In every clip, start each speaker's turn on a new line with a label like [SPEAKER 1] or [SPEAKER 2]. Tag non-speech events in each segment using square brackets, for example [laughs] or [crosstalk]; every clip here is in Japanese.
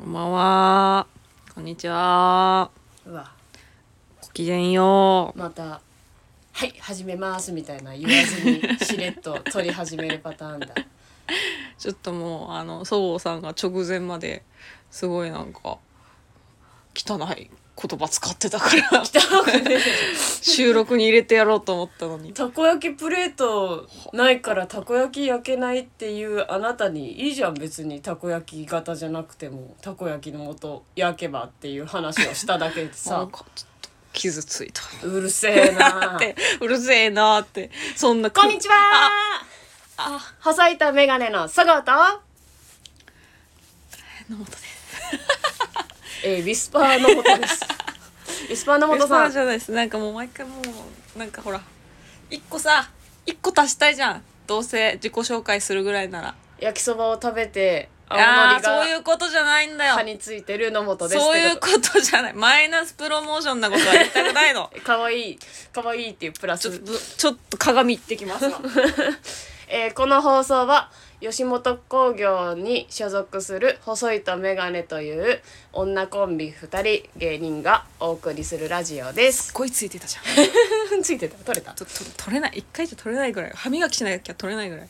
[SPEAKER 1] んばんは。こんにちは。
[SPEAKER 2] うわ
[SPEAKER 1] ごきげんよう。
[SPEAKER 2] また「はい始めます」みたいな言わずにしれっと撮り始めるパター
[SPEAKER 1] [laughs]
[SPEAKER 2] ンだ
[SPEAKER 1] ちょっともう、あの、そごうさんが直前まで、すごいなんか、汚い言葉使ってたから、
[SPEAKER 2] [laughs]
[SPEAKER 1] 収録に入れてやろうと思ったのに。
[SPEAKER 2] たこ焼きプレートないからたこ焼き焼けないっていうあなたにいいじゃん別にたこ焼き型じゃなくてもたこ焼きの素焼けばっていう話をしただけ
[SPEAKER 1] な
[SPEAKER 2] で
[SPEAKER 1] ん [laughs]
[SPEAKER 2] さ
[SPEAKER 1] か、ちょっと傷ついた。
[SPEAKER 2] うるせえ
[SPEAKER 1] [laughs]
[SPEAKER 2] な
[SPEAKER 1] って、うるせえなって、そんな。
[SPEAKER 2] こんにちは
[SPEAKER 1] あ、
[SPEAKER 2] 細いたメガネの佐川と
[SPEAKER 1] 野本です。
[SPEAKER 2] えーウィスパーのことです
[SPEAKER 1] [laughs]
[SPEAKER 2] ウィスパー
[SPEAKER 1] 野
[SPEAKER 2] の本
[SPEAKER 1] 本
[SPEAKER 2] さ
[SPEAKER 1] さ
[SPEAKER 2] ん
[SPEAKER 1] んじゃないです。なんかもう毎回もう、なんかほら、一個さ、一個足したいじゃん。どうせ自己紹介するぐらいなら。
[SPEAKER 2] 焼きそばを食べて青
[SPEAKER 1] あ
[SPEAKER 2] の
[SPEAKER 1] あ
[SPEAKER 2] り
[SPEAKER 1] ーそう
[SPEAKER 2] が
[SPEAKER 1] いうことじゃないんだよ
[SPEAKER 2] 歯についてる野本ですってこと
[SPEAKER 1] そういうことじゃないマイナスプロモーションなことは言いたくない [laughs] の
[SPEAKER 2] かわいいかわいいっていうプラ
[SPEAKER 1] ちょっ
[SPEAKER 2] ス、
[SPEAKER 1] とちょっと鏡行ってき [laughs] ますわ
[SPEAKER 2] えーこの放送は吉本興業に所属する細いとメガネという女コンビ2人芸人がお送りするラジオ
[SPEAKER 1] [laughs]
[SPEAKER 2] です
[SPEAKER 1] 声ついてたじゃん
[SPEAKER 2] ついてた取れた
[SPEAKER 1] とと取れない一回じゃ取れないぐらい歯磨きしなきゃ取れないぐらい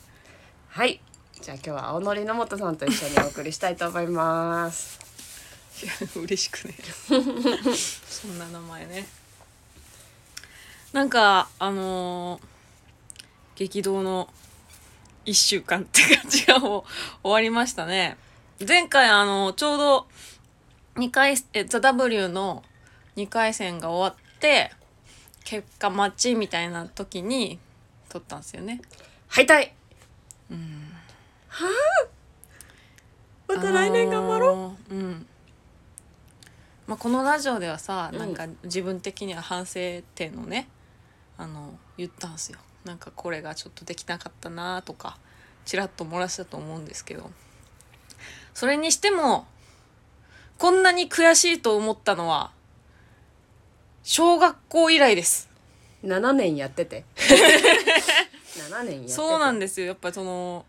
[SPEAKER 2] はいじゃあ今日は青のり野本さんと一緒にお送りしたいと思います
[SPEAKER 1] いや [laughs] 嬉しくねそんな名前ねなんかあのー激動の1週間って感じがもう終わりましたね前回あのちょうど2回え「ザ・ w の2回戦が終わって結果待ちみたいな時に撮ったんですよね
[SPEAKER 2] 敗退
[SPEAKER 1] うん
[SPEAKER 2] また来年頑張ろう、
[SPEAKER 1] う、うんまあ、このラジオではさ、
[SPEAKER 2] うん
[SPEAKER 1] なんか自分的には反省点をねあの言ったんですよなんかこれがちょっとできなかったなとかちらっと漏らしたと思うんですけどそれにしてもこんなに悔しいと思ったのは小学校以来です
[SPEAKER 2] 7年やってて7年やってて
[SPEAKER 1] そうなんですよやっぱりその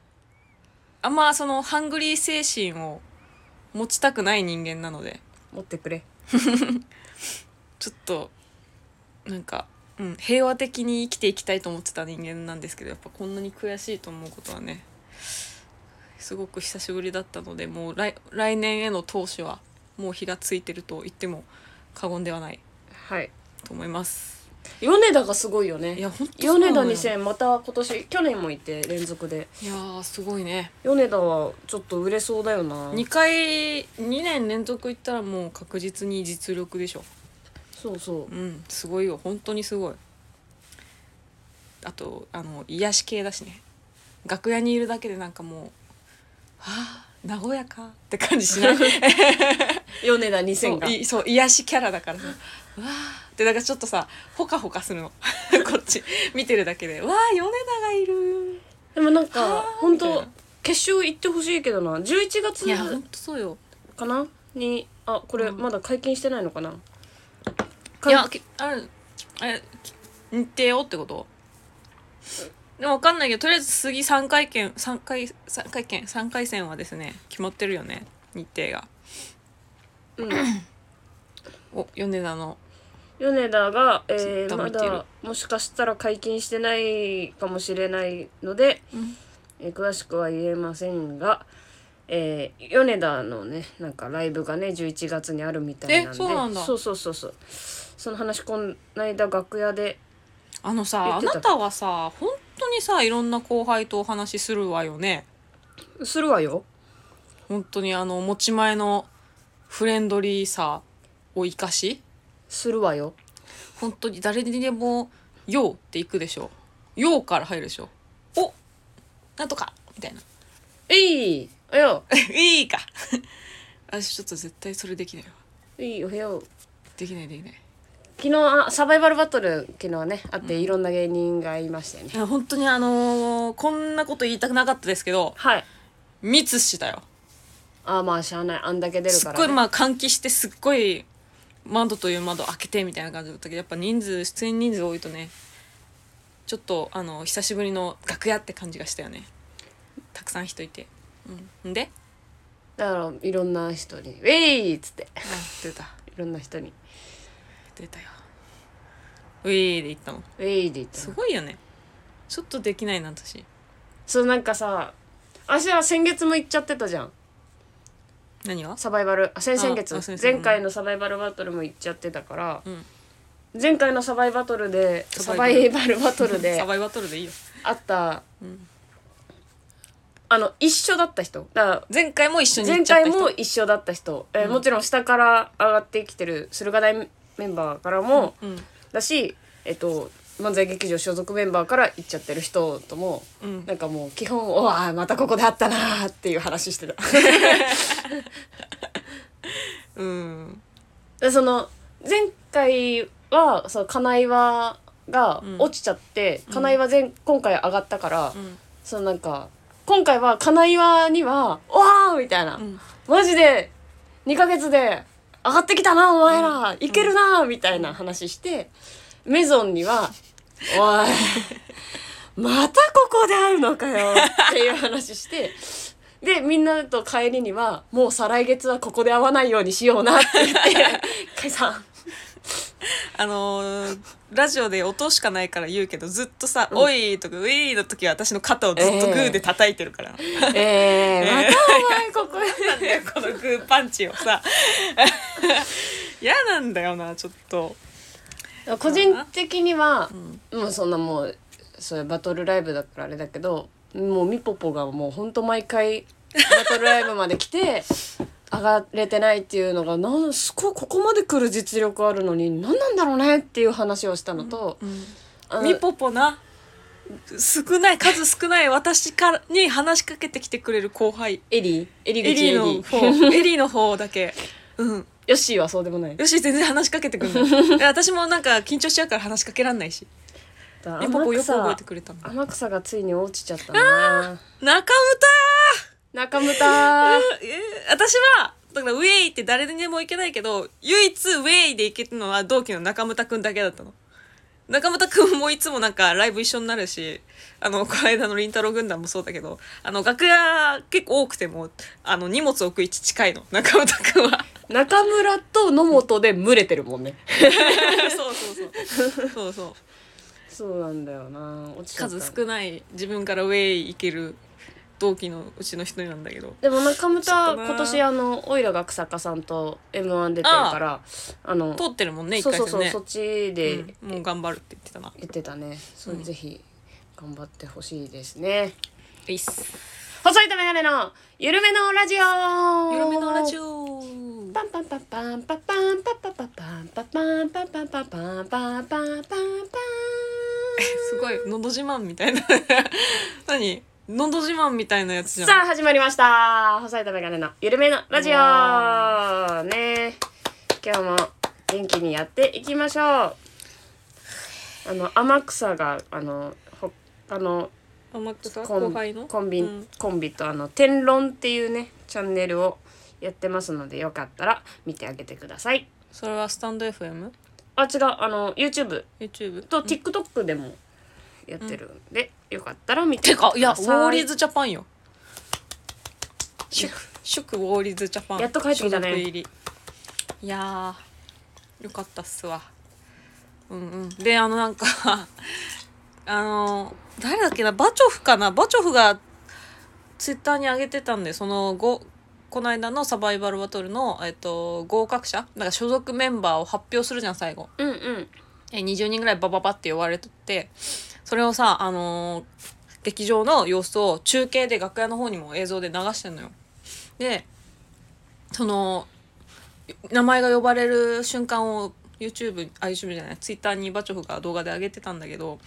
[SPEAKER 1] あんまそのハングリー精神を持ちたくない人間なので
[SPEAKER 2] 持ってくれ
[SPEAKER 1] ちょっとなんか、うん、平和的に生きていきたいと思ってた人間なんですけどやっぱこんなに悔しいと思うことはねすごく久しぶりだったのでもう来来年への投資はもう火がついてると言っても過言ではない
[SPEAKER 2] はい
[SPEAKER 1] と思います
[SPEAKER 2] 米田がすごいよね
[SPEAKER 1] いや本当そうな
[SPEAKER 2] 米田
[SPEAKER 1] のよ
[SPEAKER 2] 2戦また今年去年もいて連続で
[SPEAKER 1] いやーすごいね
[SPEAKER 2] 米田はちょっと売れそうだよな
[SPEAKER 1] 2回2年連続行ったらもう確実に実力でしょ
[SPEAKER 2] そうそ
[SPEAKER 1] う
[SPEAKER 2] う
[SPEAKER 1] んすごいよ本当にすごいあとあの癒し系だしね楽屋にいるだけでなんかもうああ和やかって感じし [laughs] ない
[SPEAKER 2] 米田2
[SPEAKER 1] そ
[SPEAKER 2] 戦
[SPEAKER 1] う
[SPEAKER 2] が
[SPEAKER 1] いそう癒しキャラだ [laughs] からさ「わあ」ってなんかちょっとさほかほかするの [laughs] こっち見てるだけで「わあ米田がいる
[SPEAKER 2] でもなん
[SPEAKER 1] は
[SPEAKER 2] か
[SPEAKER 1] ー
[SPEAKER 2] 本
[SPEAKER 1] みた
[SPEAKER 2] 当
[SPEAKER 1] いな
[SPEAKER 2] 決勝行ってほしいけどな11」
[SPEAKER 1] いやほん
[SPEAKER 2] 月
[SPEAKER 1] とそうよ
[SPEAKER 2] かなにあこれまだ解禁してないのかない
[SPEAKER 1] やけあれあれ日程をってことでもわかんないけどとりあえず次3回戦3回三回戦三回戦はですね決まってるよね日程が
[SPEAKER 2] うん
[SPEAKER 1] [clears throat] お米田の
[SPEAKER 2] 米田が、え
[SPEAKER 1] ずっ
[SPEAKER 2] ー、
[SPEAKER 1] と
[SPEAKER 2] ま
[SPEAKER 1] 見てる
[SPEAKER 2] だもしかしたら解禁してないかもしれないので、
[SPEAKER 1] うん
[SPEAKER 2] えー詳しくは言えませんが、えー、米田のねなんかライブがね11月にあるみたい
[SPEAKER 1] え
[SPEAKER 2] なんで
[SPEAKER 1] そうなんだ
[SPEAKER 2] そうそうそうそうその話こないだ楽屋で
[SPEAKER 1] あのさ
[SPEAKER 2] 言
[SPEAKER 1] あ
[SPEAKER 2] ってた
[SPEAKER 1] なたはさ本当にさいろんな後輩とお話しするわよね
[SPEAKER 2] するわよ
[SPEAKER 1] 本当にあの持ち前のフレンドリーさを生かし
[SPEAKER 2] するわよ
[SPEAKER 1] 本当に誰にでも「よう」っていくでしょ「よう」から入るでしょ「おなんとか」みたいな [laughs]
[SPEAKER 2] えいおよ
[SPEAKER 1] いいか [laughs] 私ちょっと絶対それできないわ
[SPEAKER 2] いいおよ
[SPEAKER 1] できないできない
[SPEAKER 2] 昨日あサバイバルバトル昨日ねあっていろんな芸人がいましたよね、
[SPEAKER 1] や本当にあのーこんなこと言いたくなかったですけど
[SPEAKER 2] はい
[SPEAKER 1] 密氏だよ
[SPEAKER 2] あーまあしゃあないあんだけ出る
[SPEAKER 1] す
[SPEAKER 2] か
[SPEAKER 1] っ
[SPEAKER 2] ら、ね、
[SPEAKER 1] ごいまあ換気してすっごい窓という窓開けてみたいな感じだったけどやっぱ人数出演人数多いとねちょっとあの久しぶりの楽屋って感じがしたよねたくさん人いてうんんで
[SPEAKER 2] だからいろんな人に「ウェイ!」っつって
[SPEAKER 1] 出た
[SPEAKER 2] いろんな人に
[SPEAKER 1] 出たよウィーで行ったの
[SPEAKER 2] 「ウェイ!」で言った
[SPEAKER 1] す
[SPEAKER 2] の
[SPEAKER 1] ごいよねちょっとできないな私
[SPEAKER 2] そうなんかさ私は先月も行っちゃってたじゃん
[SPEAKER 1] 何が
[SPEAKER 2] サバイバルあ先々
[SPEAKER 1] あ
[SPEAKER 2] 月
[SPEAKER 1] あ先々
[SPEAKER 2] 前回のサバイバルバトルも行っちゃってたから、
[SPEAKER 1] うん
[SPEAKER 2] 前回のサバイバトルでサ
[SPEAKER 1] サ
[SPEAKER 2] バ
[SPEAKER 1] バ
[SPEAKER 2] イ
[SPEAKER 1] イ
[SPEAKER 2] バルバトルで
[SPEAKER 1] [laughs] サバイバトルでいいよ
[SPEAKER 2] あった、
[SPEAKER 1] ん
[SPEAKER 2] あの一緒だった人だから
[SPEAKER 1] 前回も一緒に行っ
[SPEAKER 2] 前
[SPEAKER 1] ちゃった
[SPEAKER 2] 回
[SPEAKER 1] 人
[SPEAKER 2] も一緒だった人、えー
[SPEAKER 1] うん
[SPEAKER 2] もちろん下から上がってきてる駿河台メンバーからも
[SPEAKER 1] うん
[SPEAKER 2] だし、えっと、漫才劇場所属メンバーから行っちゃってる人とも、
[SPEAKER 1] うん
[SPEAKER 2] なんかもう基本「おわまたここで会ったな」っていう話して
[SPEAKER 1] [laughs]
[SPEAKER 2] た。
[SPEAKER 1] うん
[SPEAKER 2] でその前回はその金岩が
[SPEAKER 1] うん
[SPEAKER 2] 落ちちゃって、金岩前今回上がったから、
[SPEAKER 1] うん
[SPEAKER 2] そのなんか今回は金岩には「わー!」みたいな、
[SPEAKER 1] うん
[SPEAKER 2] マジで2ヶ月で上がってきたなお前ら、いけるな」みたいな話してメゾンには「おいまたここで会うのかよ」っていう話して。でみんなと帰りには「もう再来月はここで会わないようにしような」って言って「解散
[SPEAKER 1] あのーラジオで音しかないから言うけどずっとさ「
[SPEAKER 2] うん
[SPEAKER 1] おい」とか「うい」の時は私の肩をずっとグーで叩いてるから、
[SPEAKER 2] えー、またお前ここ
[SPEAKER 1] なんだよこのグーパンチを [laughs] さ嫌なんだよなちょっと、
[SPEAKER 2] で」個人的には
[SPEAKER 1] うん、
[SPEAKER 2] もうそんなもうそういうバトルライブだからあれだけどもうみぽぽがもうほんと毎回バトルライブまで
[SPEAKER 1] [laughs]
[SPEAKER 2] 来て上がれてないっていうのがなんすごいここまで来る実力あるのに何なんだろうねっていう話をしたのと、あの
[SPEAKER 1] みぽぽな少ない数少ない私からに話しかけてきてくれる後輩
[SPEAKER 2] エリーエリ
[SPEAKER 1] エ
[SPEAKER 2] ー口エ
[SPEAKER 1] リー
[SPEAKER 2] リー
[SPEAKER 1] の方エリーの方だけうん
[SPEAKER 2] ヨッシーはそうでもない
[SPEAKER 1] よし全然話しかけてくんないいや私もなんか緊張しちゃうから話しかけらんないしみぽぽよ
[SPEAKER 2] 天
[SPEAKER 1] く覚え
[SPEAKER 2] 草
[SPEAKER 1] てくれたんだ
[SPEAKER 2] 天草がついに落ちちゃったな
[SPEAKER 1] 中
[SPEAKER 2] 中村
[SPEAKER 1] 村えー私はだからウェイって誰にでも行けないけど唯一ウェイで行けるのは同期の中村くんだけだったの中村くんもいつもなんかライブ一緒になるしあのこの間のりんたろー軍団もそうだけどあの楽屋結構多くてもあの荷物置く位置近いの中村くんは
[SPEAKER 2] 中村と野本で群れてるもんね
[SPEAKER 1] そうそうそうそうそう
[SPEAKER 2] そうなんだよな落ちちゃった
[SPEAKER 1] 数少ない自分からウェイ行ける同期のうちの一人なんだけど
[SPEAKER 2] でも中村
[SPEAKER 1] ちょっとな
[SPEAKER 2] 今年あのオイラが草加さんと m 1出てるからあの
[SPEAKER 1] 通ってるもんね一
[SPEAKER 2] そう
[SPEAKER 1] 回
[SPEAKER 2] そう
[SPEAKER 1] 戦
[SPEAKER 2] そう、
[SPEAKER 1] ね
[SPEAKER 2] そっちで
[SPEAKER 1] うんもう頑張るって言ってたな
[SPEAKER 2] 言ってたね、そう
[SPEAKER 1] うん
[SPEAKER 2] ぜひ頑張ってほしいですね
[SPEAKER 1] いいっす
[SPEAKER 2] 細いとメガネのゆるめのラジオ
[SPEAKER 1] 緩めのラジ
[SPEAKER 2] オ
[SPEAKER 1] オ
[SPEAKER 2] パンパンパンパンパンパンパンパンパンパンパンパンパンパンパンパンパンパンパ
[SPEAKER 1] すごい「のど自慢」みたいな [laughs] 何「のど自慢」みたいなやつじ
[SPEAKER 2] ン
[SPEAKER 1] ゃん
[SPEAKER 2] さあ始まりました細いとメガネのゆるめのラジ
[SPEAKER 1] う
[SPEAKER 2] オね今日も元気にやっていきましょうあの天草があの他の
[SPEAKER 1] あマックス
[SPEAKER 2] コ
[SPEAKER 1] 後
[SPEAKER 2] ン
[SPEAKER 1] 輩の
[SPEAKER 2] コンビ、
[SPEAKER 1] うん
[SPEAKER 2] コンビとあの天論っていうねチャンネルをやってますのでよかったら見てあげてください
[SPEAKER 1] それはスタンド FM?YouTube?
[SPEAKER 2] あ違うあの YouTube と
[SPEAKER 1] て
[SPEAKER 2] TikTok でもやってるんで、よかったら見てくだ
[SPEAKER 1] か
[SPEAKER 2] さい
[SPEAKER 1] いやウォーリーズジャパンよ祝祝ウォーリーズジャパン
[SPEAKER 2] やっと帰ってきた
[SPEAKER 1] 所
[SPEAKER 2] ね
[SPEAKER 1] 属入りいやーよかったっすわうんうんであのなんか [laughs] あの誰だっけなバチョフかなバチョフがツイッターに上げてたんでそのごこの間のサバイバルバトルの、えっと、合格者なんか所属メンバーを発表するじゃん最後
[SPEAKER 2] うんうん
[SPEAKER 1] えー20人ぐらいバババって呼ばれとってそれをさあのー劇場の様子を中継で楽屋の方にも映像で流してんのよでその名前が呼ばれる瞬間を YouTube あ YouTube じゃない Twitter にバチョフが動画で上げてたんだけど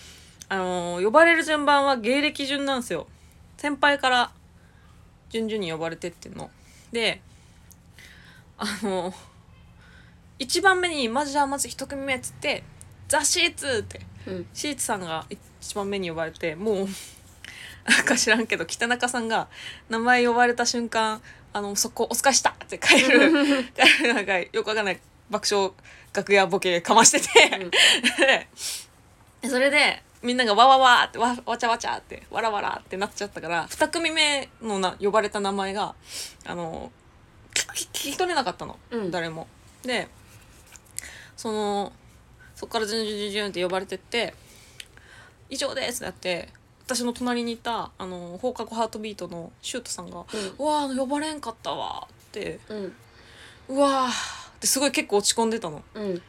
[SPEAKER 1] あのー呼ばれる順番は芸歴順なんですよ先輩から順々に呼ばれてってんのであのー1番目にまずじゃあまず1組目っつって「ザ・シーツ!」って
[SPEAKER 2] うん
[SPEAKER 1] シーツさんが一番目に呼ばれてもうなんか知らんけど北中さんが名前呼ばれた瞬間「あのそこお疲れした!」って帰る帰るなんかよくわかんない爆笑楽屋ボケかましてて、でそれでみんながわわわーってわわちゃわちゃってわらわらってなっちゃったから2組目のな呼ばれた名前があの聞聞聞き取れなかったの、
[SPEAKER 2] うん
[SPEAKER 1] 誰も。でそのそっからジュンジュンジュンジュンって呼ばれてって「以上です」ってなって私の隣にいたあの放課後ハートビートのシュートさんが「うわーあの呼ばれんかったわ」って
[SPEAKER 2] うん
[SPEAKER 1] 「うわー」ってすごい結構落ち込んでたの。
[SPEAKER 2] うん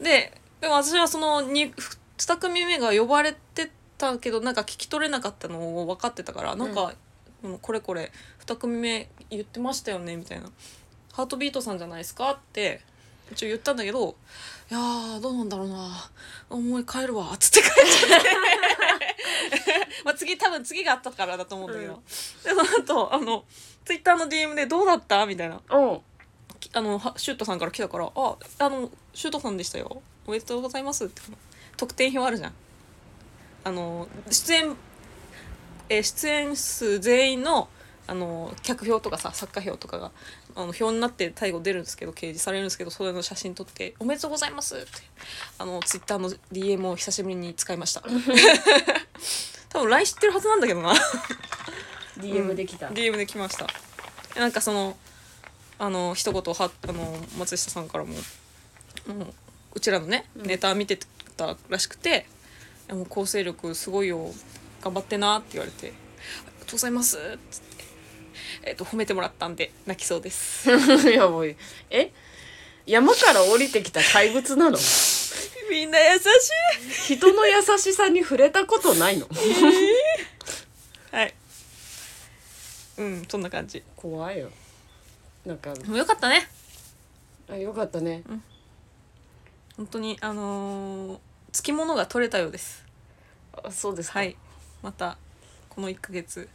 [SPEAKER 1] ででも私はその 2, 二組目が呼ばれてたけどなんか聞き取れなかったのを分かってたからなんか、うんこれこれ2組目言ってましたよね」みたいな「ハートビートさんじゃないですか?」って一応言ったんだけど「いやーどうなんだろうな思い帰るわ」っつって [laughs] 帰っちゃってまあ次多分次があったからだと思うんだけど、
[SPEAKER 2] うん
[SPEAKER 1] でその後あのツイッターの DM で「どうだった?」みたいな
[SPEAKER 2] おう
[SPEAKER 1] きあのはシュートさんから来たから「ああのシュートさんでしたよおめでとうございます」って得点表あるじゃんあの出演えー出演数全員のあの客票とかさ作家票とかがあの表になって最後出るんですけど掲示されるんですけどそれの写真撮って「おめでとうございます」ってあのツイッターの DM を久しぶりに使いました多分 LINE 知ってるはずなんだけどな
[SPEAKER 2] DM できた、
[SPEAKER 1] DM で来ましたなんかそのあの一言はあの松下さんからももううちらのねネタ見てたらしくて「いやもう構成力すごいよ頑張ってな」って言われて「ありがとうございます」っつって、えっと褒めてもらったんで泣きそうです。 [laughs]
[SPEAKER 2] [laughs] やばいえ山から降りてきた怪
[SPEAKER 1] [laughs]
[SPEAKER 2] 物なの
[SPEAKER 1] みんな優しい
[SPEAKER 2] 人の優しさに触れたことないの
[SPEAKER 1] はいうんそんな感じ
[SPEAKER 2] 怖いよなんか
[SPEAKER 1] もうよかったね
[SPEAKER 2] あよかったね
[SPEAKER 1] 本当にあのーつきものが取れたようです
[SPEAKER 2] あそうですか
[SPEAKER 1] はいまたこの1ヶ月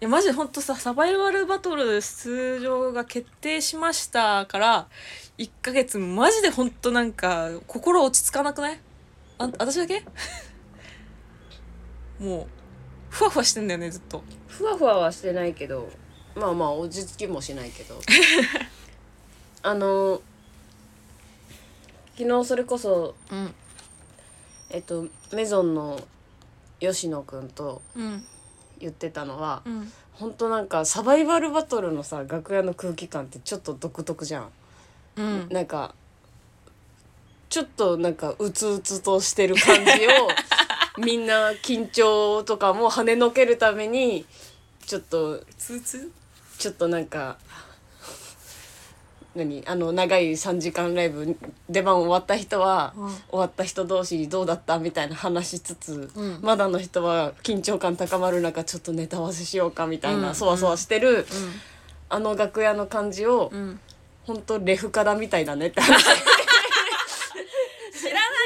[SPEAKER 1] いやマジでほんとさサバイバルバトル出場が決定しましたから1ヶ月マジでほんとなんか心落ち着かなくないあ私だけ [laughs] もうふわふわしてんだよねずっと
[SPEAKER 2] ふわふわはしてないけどまあまあ落ち着きもしないけ
[SPEAKER 1] [laughs]
[SPEAKER 2] どあの昨日それこそ
[SPEAKER 1] うん
[SPEAKER 2] えっとメゾンの吉野くんと
[SPEAKER 1] うん
[SPEAKER 2] 言ってたのは
[SPEAKER 1] うん
[SPEAKER 2] 本当なんかサバイバルバトルのさ楽屋の空気感ってちょっと独特じゃん、
[SPEAKER 1] うん
[SPEAKER 2] なんかちょっとなんかうつうつとしてる感じを
[SPEAKER 1] [laughs]
[SPEAKER 2] みんな緊張とかも跳ねのけるためにちょっと
[SPEAKER 1] つうつ
[SPEAKER 2] ちょっとなんか何あの長い3時間ライブ出番終わった人は、
[SPEAKER 1] うん
[SPEAKER 2] 終わった人同士にどうだったみたいな話しつつ、
[SPEAKER 1] うん
[SPEAKER 2] まだの人は緊張感高まる中ちょっとネタ合わせしようかみたいな、
[SPEAKER 1] うん
[SPEAKER 2] そわそわしてる、
[SPEAKER 1] うん
[SPEAKER 2] あの楽屋の感じを、
[SPEAKER 1] うん
[SPEAKER 2] ほんとレフカダみたいだ
[SPEAKER 1] [laughs]
[SPEAKER 2] ねって話
[SPEAKER 1] 知らな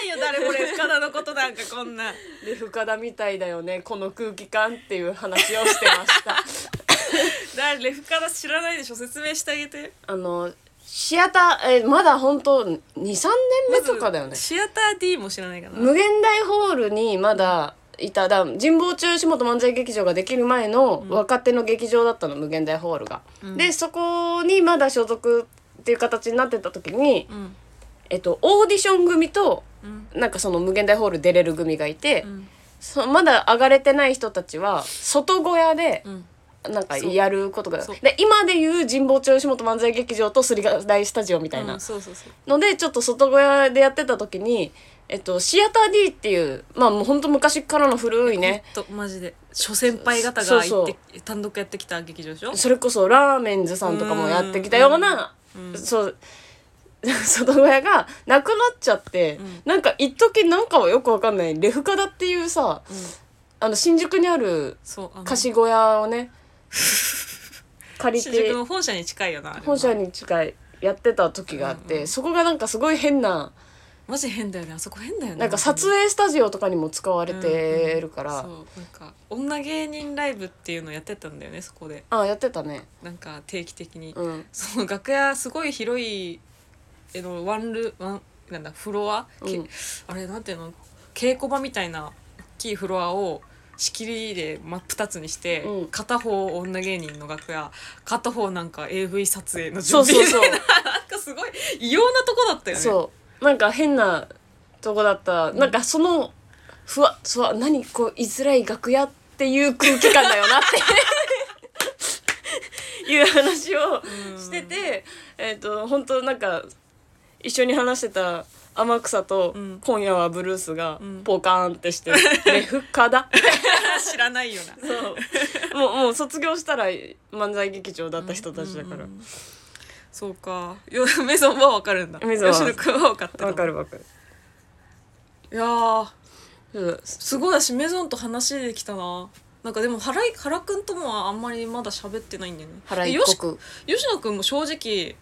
[SPEAKER 1] いよ誰もレフカダのことなんかこんな
[SPEAKER 2] レフカダみたいだよねこの空気感っていう話をしてました。
[SPEAKER 1] 誰レフカダ知らないでしょ説明してあげて
[SPEAKER 2] あのシアターえまだ本当23年目とかだよね
[SPEAKER 1] まずシアター D も知らないかな
[SPEAKER 2] 無限大ホールにまだいただ神保中下本漫才劇場ができる前の若手の劇場だったの、無限大ホールが。
[SPEAKER 1] うん
[SPEAKER 2] でそこにまだ所属っていう形になってた時に、
[SPEAKER 1] うん
[SPEAKER 2] えっと、オーディション組と
[SPEAKER 1] うん
[SPEAKER 2] なんかその無限大ホール出れる組がいて、
[SPEAKER 1] うん
[SPEAKER 2] そまだ上がれてない人たちは外小屋で
[SPEAKER 1] うん
[SPEAKER 2] なんかやることが
[SPEAKER 1] そうそう
[SPEAKER 2] で今でいう神保中下本漫才劇場とすりが大スタジオみたいな、
[SPEAKER 1] うんそうそうそう
[SPEAKER 2] のでちょっと外小屋でやってた時に、えっと、シアター D っていうまあもうほんと昔からの古いね
[SPEAKER 1] ほんとマジで諸先輩方
[SPEAKER 2] そ
[SPEAKER 1] が
[SPEAKER 2] う
[SPEAKER 1] 行
[SPEAKER 2] そ
[SPEAKER 1] っ
[SPEAKER 2] う
[SPEAKER 1] て単独やってきた劇場でしょ
[SPEAKER 2] それこそラーメンズさんとかもやってきたようなそう外小屋がなくなっちゃって、
[SPEAKER 1] うん
[SPEAKER 2] なんか一時なんかはよくわかんないレフカダっていうさ
[SPEAKER 1] うん
[SPEAKER 2] あの新宿にある
[SPEAKER 1] そうあの
[SPEAKER 2] 貸し小屋を
[SPEAKER 1] [laughs]
[SPEAKER 2] ね借り
[SPEAKER 1] 新
[SPEAKER 2] て
[SPEAKER 1] 宿の本社に近いよなあれは
[SPEAKER 2] 本社に近いやってた時があって、
[SPEAKER 1] うんうん
[SPEAKER 2] そこがなんかすごい変な
[SPEAKER 1] マジ変だよねあそこ変だよね
[SPEAKER 2] なんか撮影スタジオとかにも使われてるから。
[SPEAKER 1] そうなんか女芸人ライブっていうのやってたんだよねそこで
[SPEAKER 2] あやってたね
[SPEAKER 1] なんか定期的に
[SPEAKER 2] うん
[SPEAKER 1] その楽屋すごい広いえのワンルワンなんだフロア、け
[SPEAKER 2] うん
[SPEAKER 1] あれなんていうの稽古場みたいな大きいフロアを仕切りで真っ二つにして、
[SPEAKER 2] うん
[SPEAKER 1] 片方女芸人の楽屋片方なんか AV 撮影の
[SPEAKER 2] そ
[SPEAKER 1] 準
[SPEAKER 2] うそ
[SPEAKER 1] 備 [laughs]
[SPEAKER 2] う
[SPEAKER 1] みた
[SPEAKER 2] そ
[SPEAKER 1] いうななんかすごい [laughs] 異様なとこだったよね
[SPEAKER 2] そうなんか変なとこだったなんかそのふわそわ何こう居づらい楽屋っていう空気感だよなって
[SPEAKER 1] [laughs]
[SPEAKER 2] いう話をしてて、えっと本当なんか一緒に話してた天草と
[SPEAKER 1] うん
[SPEAKER 2] 「今夜はブルース」が
[SPEAKER 1] うん
[SPEAKER 2] ポカーンっ
[SPEAKER 1] [laughs]
[SPEAKER 2] てして「レフカだ」
[SPEAKER 1] 知らないよな
[SPEAKER 2] そうもう [laughs] もう卒業したら漫才劇場だった人たちだから
[SPEAKER 1] うんうんうんそうかよメゾンは分かるんだ
[SPEAKER 2] メゾンは
[SPEAKER 1] 吉野君は分かった
[SPEAKER 2] わかるわかる
[SPEAKER 1] いやー
[SPEAKER 2] そう
[SPEAKER 1] すごいだしメゾンと話できたななんかでも原井原くんともはあんまりまだ喋ってないんだよね
[SPEAKER 2] 腹
[SPEAKER 1] え
[SPEAKER 2] 一
[SPEAKER 1] よし
[SPEAKER 2] 刻
[SPEAKER 1] 吉野くんも正直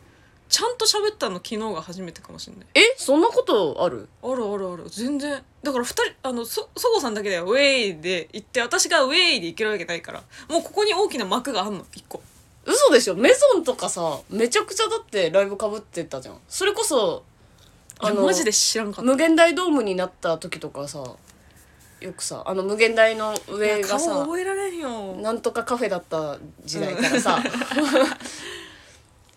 [SPEAKER 1] ちゃんと喋ったの昨日が初めてかもしれない
[SPEAKER 2] えそんなことある
[SPEAKER 1] あるあるある全然だから2人あのそそごさんだけでウェイで行って私がウェイで行けるわけないからもうここに大きな幕があんの1個
[SPEAKER 2] 嘘でしょメゾンとかさめちゃくちゃだってライブかぶってたじゃんそれこそ
[SPEAKER 1] あマジで知らんかった
[SPEAKER 2] 無限大ドームになった時とかさよくさあの無限大の上
[SPEAKER 1] いや
[SPEAKER 2] が
[SPEAKER 1] 顔
[SPEAKER 2] さ
[SPEAKER 1] 覚えられんよ
[SPEAKER 2] なんとかカフェだった時代からさ、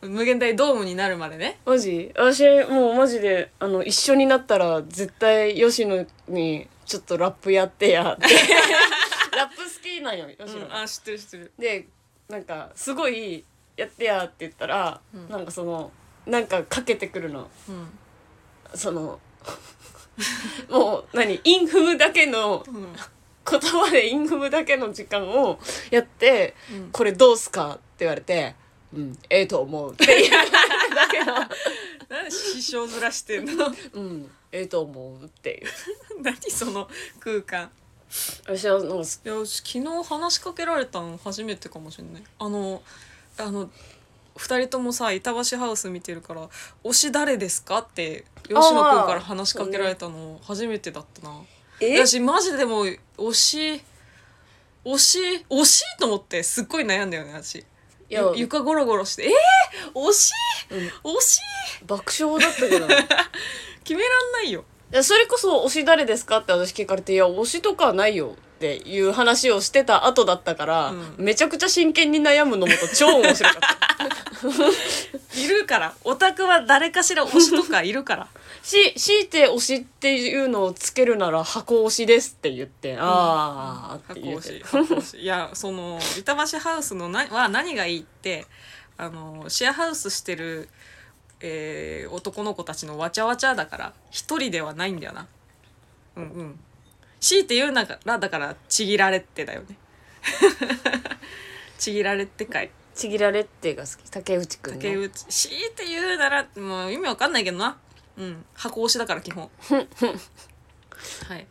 [SPEAKER 1] 無限大ドームになるまでね
[SPEAKER 2] マジ私もうマジであの一緒になったら絶対吉野にちょっとラップやってやって
[SPEAKER 1] [laughs]
[SPEAKER 2] ラップ好きなんよ吉野、
[SPEAKER 1] うん、あ知ってる知ってる
[SPEAKER 2] でなんかすごいやってやって言ったら、
[SPEAKER 1] ん
[SPEAKER 2] なんかそのなんかかけてくるの
[SPEAKER 1] うん、
[SPEAKER 2] そのもう何インフムだけの
[SPEAKER 1] うん
[SPEAKER 2] 言葉でインフムだけの時間をやって、
[SPEAKER 1] うん
[SPEAKER 2] これどうすかって言われて、うん、ええと思うっていう
[SPEAKER 1] [laughs]
[SPEAKER 2] だけの
[SPEAKER 1] なんで師匠ずらしてんの
[SPEAKER 2] うん、ええと思うっていう。
[SPEAKER 1] [laughs] 何その空間
[SPEAKER 2] 私はなんか
[SPEAKER 1] いや私昨日話しかけられたの初めてかもしれないあのあの2人ともさ板橋ハウス見てるから「推し誰ですか?」って吉野君から話しかけられたの初めてだったな
[SPEAKER 2] え
[SPEAKER 1] 私マジでもう推し推し推しと思ってすっごい悩んだよね私
[SPEAKER 2] いや
[SPEAKER 1] ゆ床ゴロゴロして「えー、推し推し
[SPEAKER 2] 爆笑だったけどね [laughs] い
[SPEAKER 1] 決めらんないよ」
[SPEAKER 2] やそれこそ推し誰ですかって私聞かれていや推しとかはないよっていう話をしてた後だったから、
[SPEAKER 1] うん
[SPEAKER 2] めちゃくちゃ真剣に悩むのもと超面白かった
[SPEAKER 1] [laughs] いるからオタクは誰かしら推しとかいるから
[SPEAKER 2] し強いて推しっていうのをつけるなら箱推しですって言って、ああっ
[SPEAKER 1] 箱
[SPEAKER 2] て言
[SPEAKER 1] 推
[SPEAKER 2] って
[SPEAKER 1] し箱推しいやその板橋ハウスのなは何がいいってあのシェアハウスしてる、えー男の子たちのわちゃわちゃだから一人ではないんだよなうんうん強いて言うならだからちぎられってだよね [laughs] ちぎられってかい
[SPEAKER 2] ちぎられってが好き竹内くん
[SPEAKER 1] 竹
[SPEAKER 2] ね
[SPEAKER 1] 内強いて言うならもう意味わかんないけどなうん箱推しだから基
[SPEAKER 2] [laughs]
[SPEAKER 1] 本はい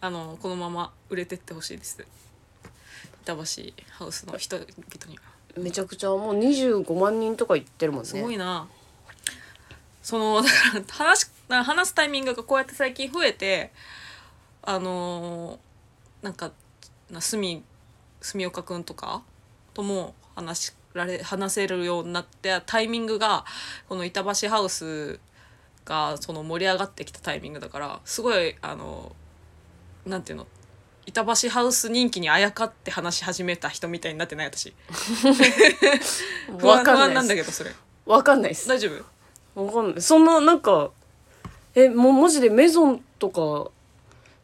[SPEAKER 1] あのこのまま売れてってほしいです板橋ハウスの人々には
[SPEAKER 2] めちゃくちゃもう25万人とか言ってるもんね
[SPEAKER 1] すごいな、その [laughs] だから話し話すタイミングがこうやって最近増えてあのーなんかな住住岡くんとかとも話しられ話せるようになってタイミングがこの板橋ハウスがその盛り上がってきたタイミングだからすごいあのなんていうの板橋ハウス人気にあやかって話し始めた人みたいになってない私不安
[SPEAKER 2] わか
[SPEAKER 1] 不安
[SPEAKER 2] ん
[SPEAKER 1] な
[SPEAKER 2] ない
[SPEAKER 1] んだ
[SPEAKER 2] で
[SPEAKER 1] けどそれ
[SPEAKER 2] すわかんないです
[SPEAKER 1] 大丈夫
[SPEAKER 2] わかんない。そんな、なんか、え、もうマジでメゾンとか、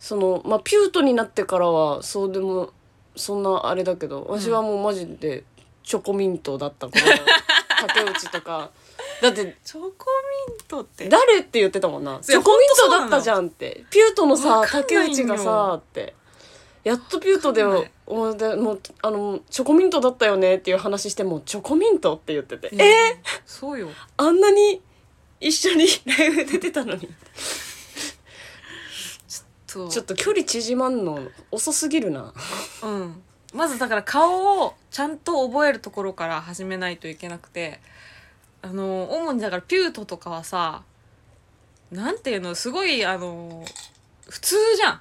[SPEAKER 2] その、まあ、ピュートになってからは、そうでも、そんなあれだけど、私はもうマジで、チョコミントだった
[SPEAKER 1] [laughs]
[SPEAKER 2] から、竹内とか。だって、
[SPEAKER 1] チョコミントって
[SPEAKER 2] 誰って言ってたもんな。チョコミントだったじゃんって。ピュートのさ
[SPEAKER 1] わ、かんない
[SPEAKER 2] 竹
[SPEAKER 1] よ
[SPEAKER 2] 内がさ、って。やっとピュートで
[SPEAKER 1] わかんない
[SPEAKER 2] 思い出、もう、あの、チョコミントだったよねっていう話しても、チョコミントって言ってて。
[SPEAKER 1] うん
[SPEAKER 2] えー
[SPEAKER 1] そうよ
[SPEAKER 2] あんなに一緒にライブ出てたのに。
[SPEAKER 1] そう
[SPEAKER 2] ちょっと距離縮まんの遅すぎるな。
[SPEAKER 1] うんまずだから顔をちゃんと覚えるところから始めないといけなくてあの主にだからピュートとかはさなんていうのすごいあの普通じゃん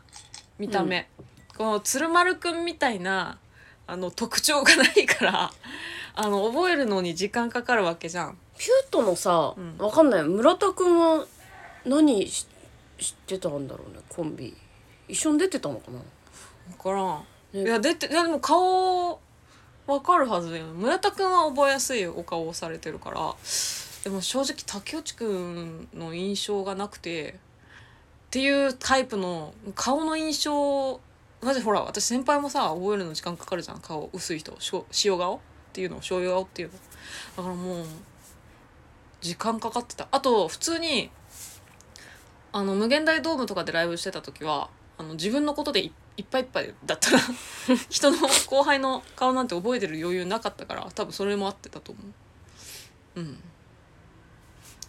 [SPEAKER 1] 見た目、この鶴丸くんみたいなあの特徴がないからあの覚えるのに時間かかるわけじゃん
[SPEAKER 2] ピュートのさ、
[SPEAKER 1] うん
[SPEAKER 2] わかんない。村田くんは何し知ってたんだろうね、コンビ。一緒に出てたのかな
[SPEAKER 1] 分からん
[SPEAKER 2] ね
[SPEAKER 1] いや出ていやでも顔わかるはずだよ村田くんは覚えやすいお顔をされてるからでも正直竹内くんの印象がなくてっていうタイプの顔の印象マジほら私先輩もさ覚えるの時間かかるじゃん顔薄い人しょ塩顔っていうの醤油顔っていうのだからもう時間かかってたあと普通にあの無限大ドームとかでライブしてた時はあの自分のことでいいっぱいいっぱいだった
[SPEAKER 2] [laughs]
[SPEAKER 1] ら人の後輩の顔なんて覚えてる余裕なかったから多分それもあってたと思ううん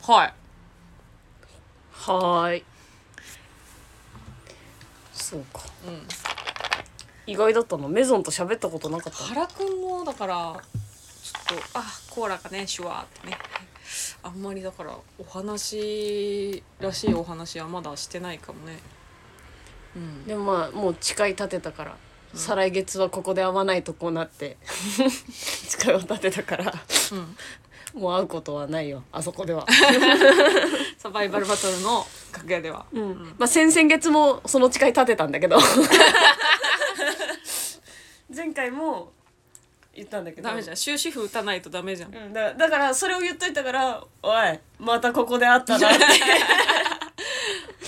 [SPEAKER 1] はい
[SPEAKER 2] はーいそうか
[SPEAKER 1] うん
[SPEAKER 2] 意外だったのメゾンと喋ったことなかったの
[SPEAKER 1] 原くんもだからちょっとあコーラがねシュワーってねあんまりだからお話らしいお話はまだしてないかもねうん
[SPEAKER 2] でもまあもう誓い立てたから、
[SPEAKER 1] うん
[SPEAKER 2] 再来月はここで会わないとこうなって [laughs] 誓いを立てたから
[SPEAKER 1] うん
[SPEAKER 2] もう会うことはないよあそこでは、
[SPEAKER 1] サバイバルバトルの楽屋では
[SPEAKER 2] うんまあ先々月もその誓い立てたんだけど [laughs] 前回も言ったんだけど
[SPEAKER 1] ダメじゃん終止符打たないとダメじゃん
[SPEAKER 2] うん、だだからそれを言っといたから「おいまたここで会ったな」って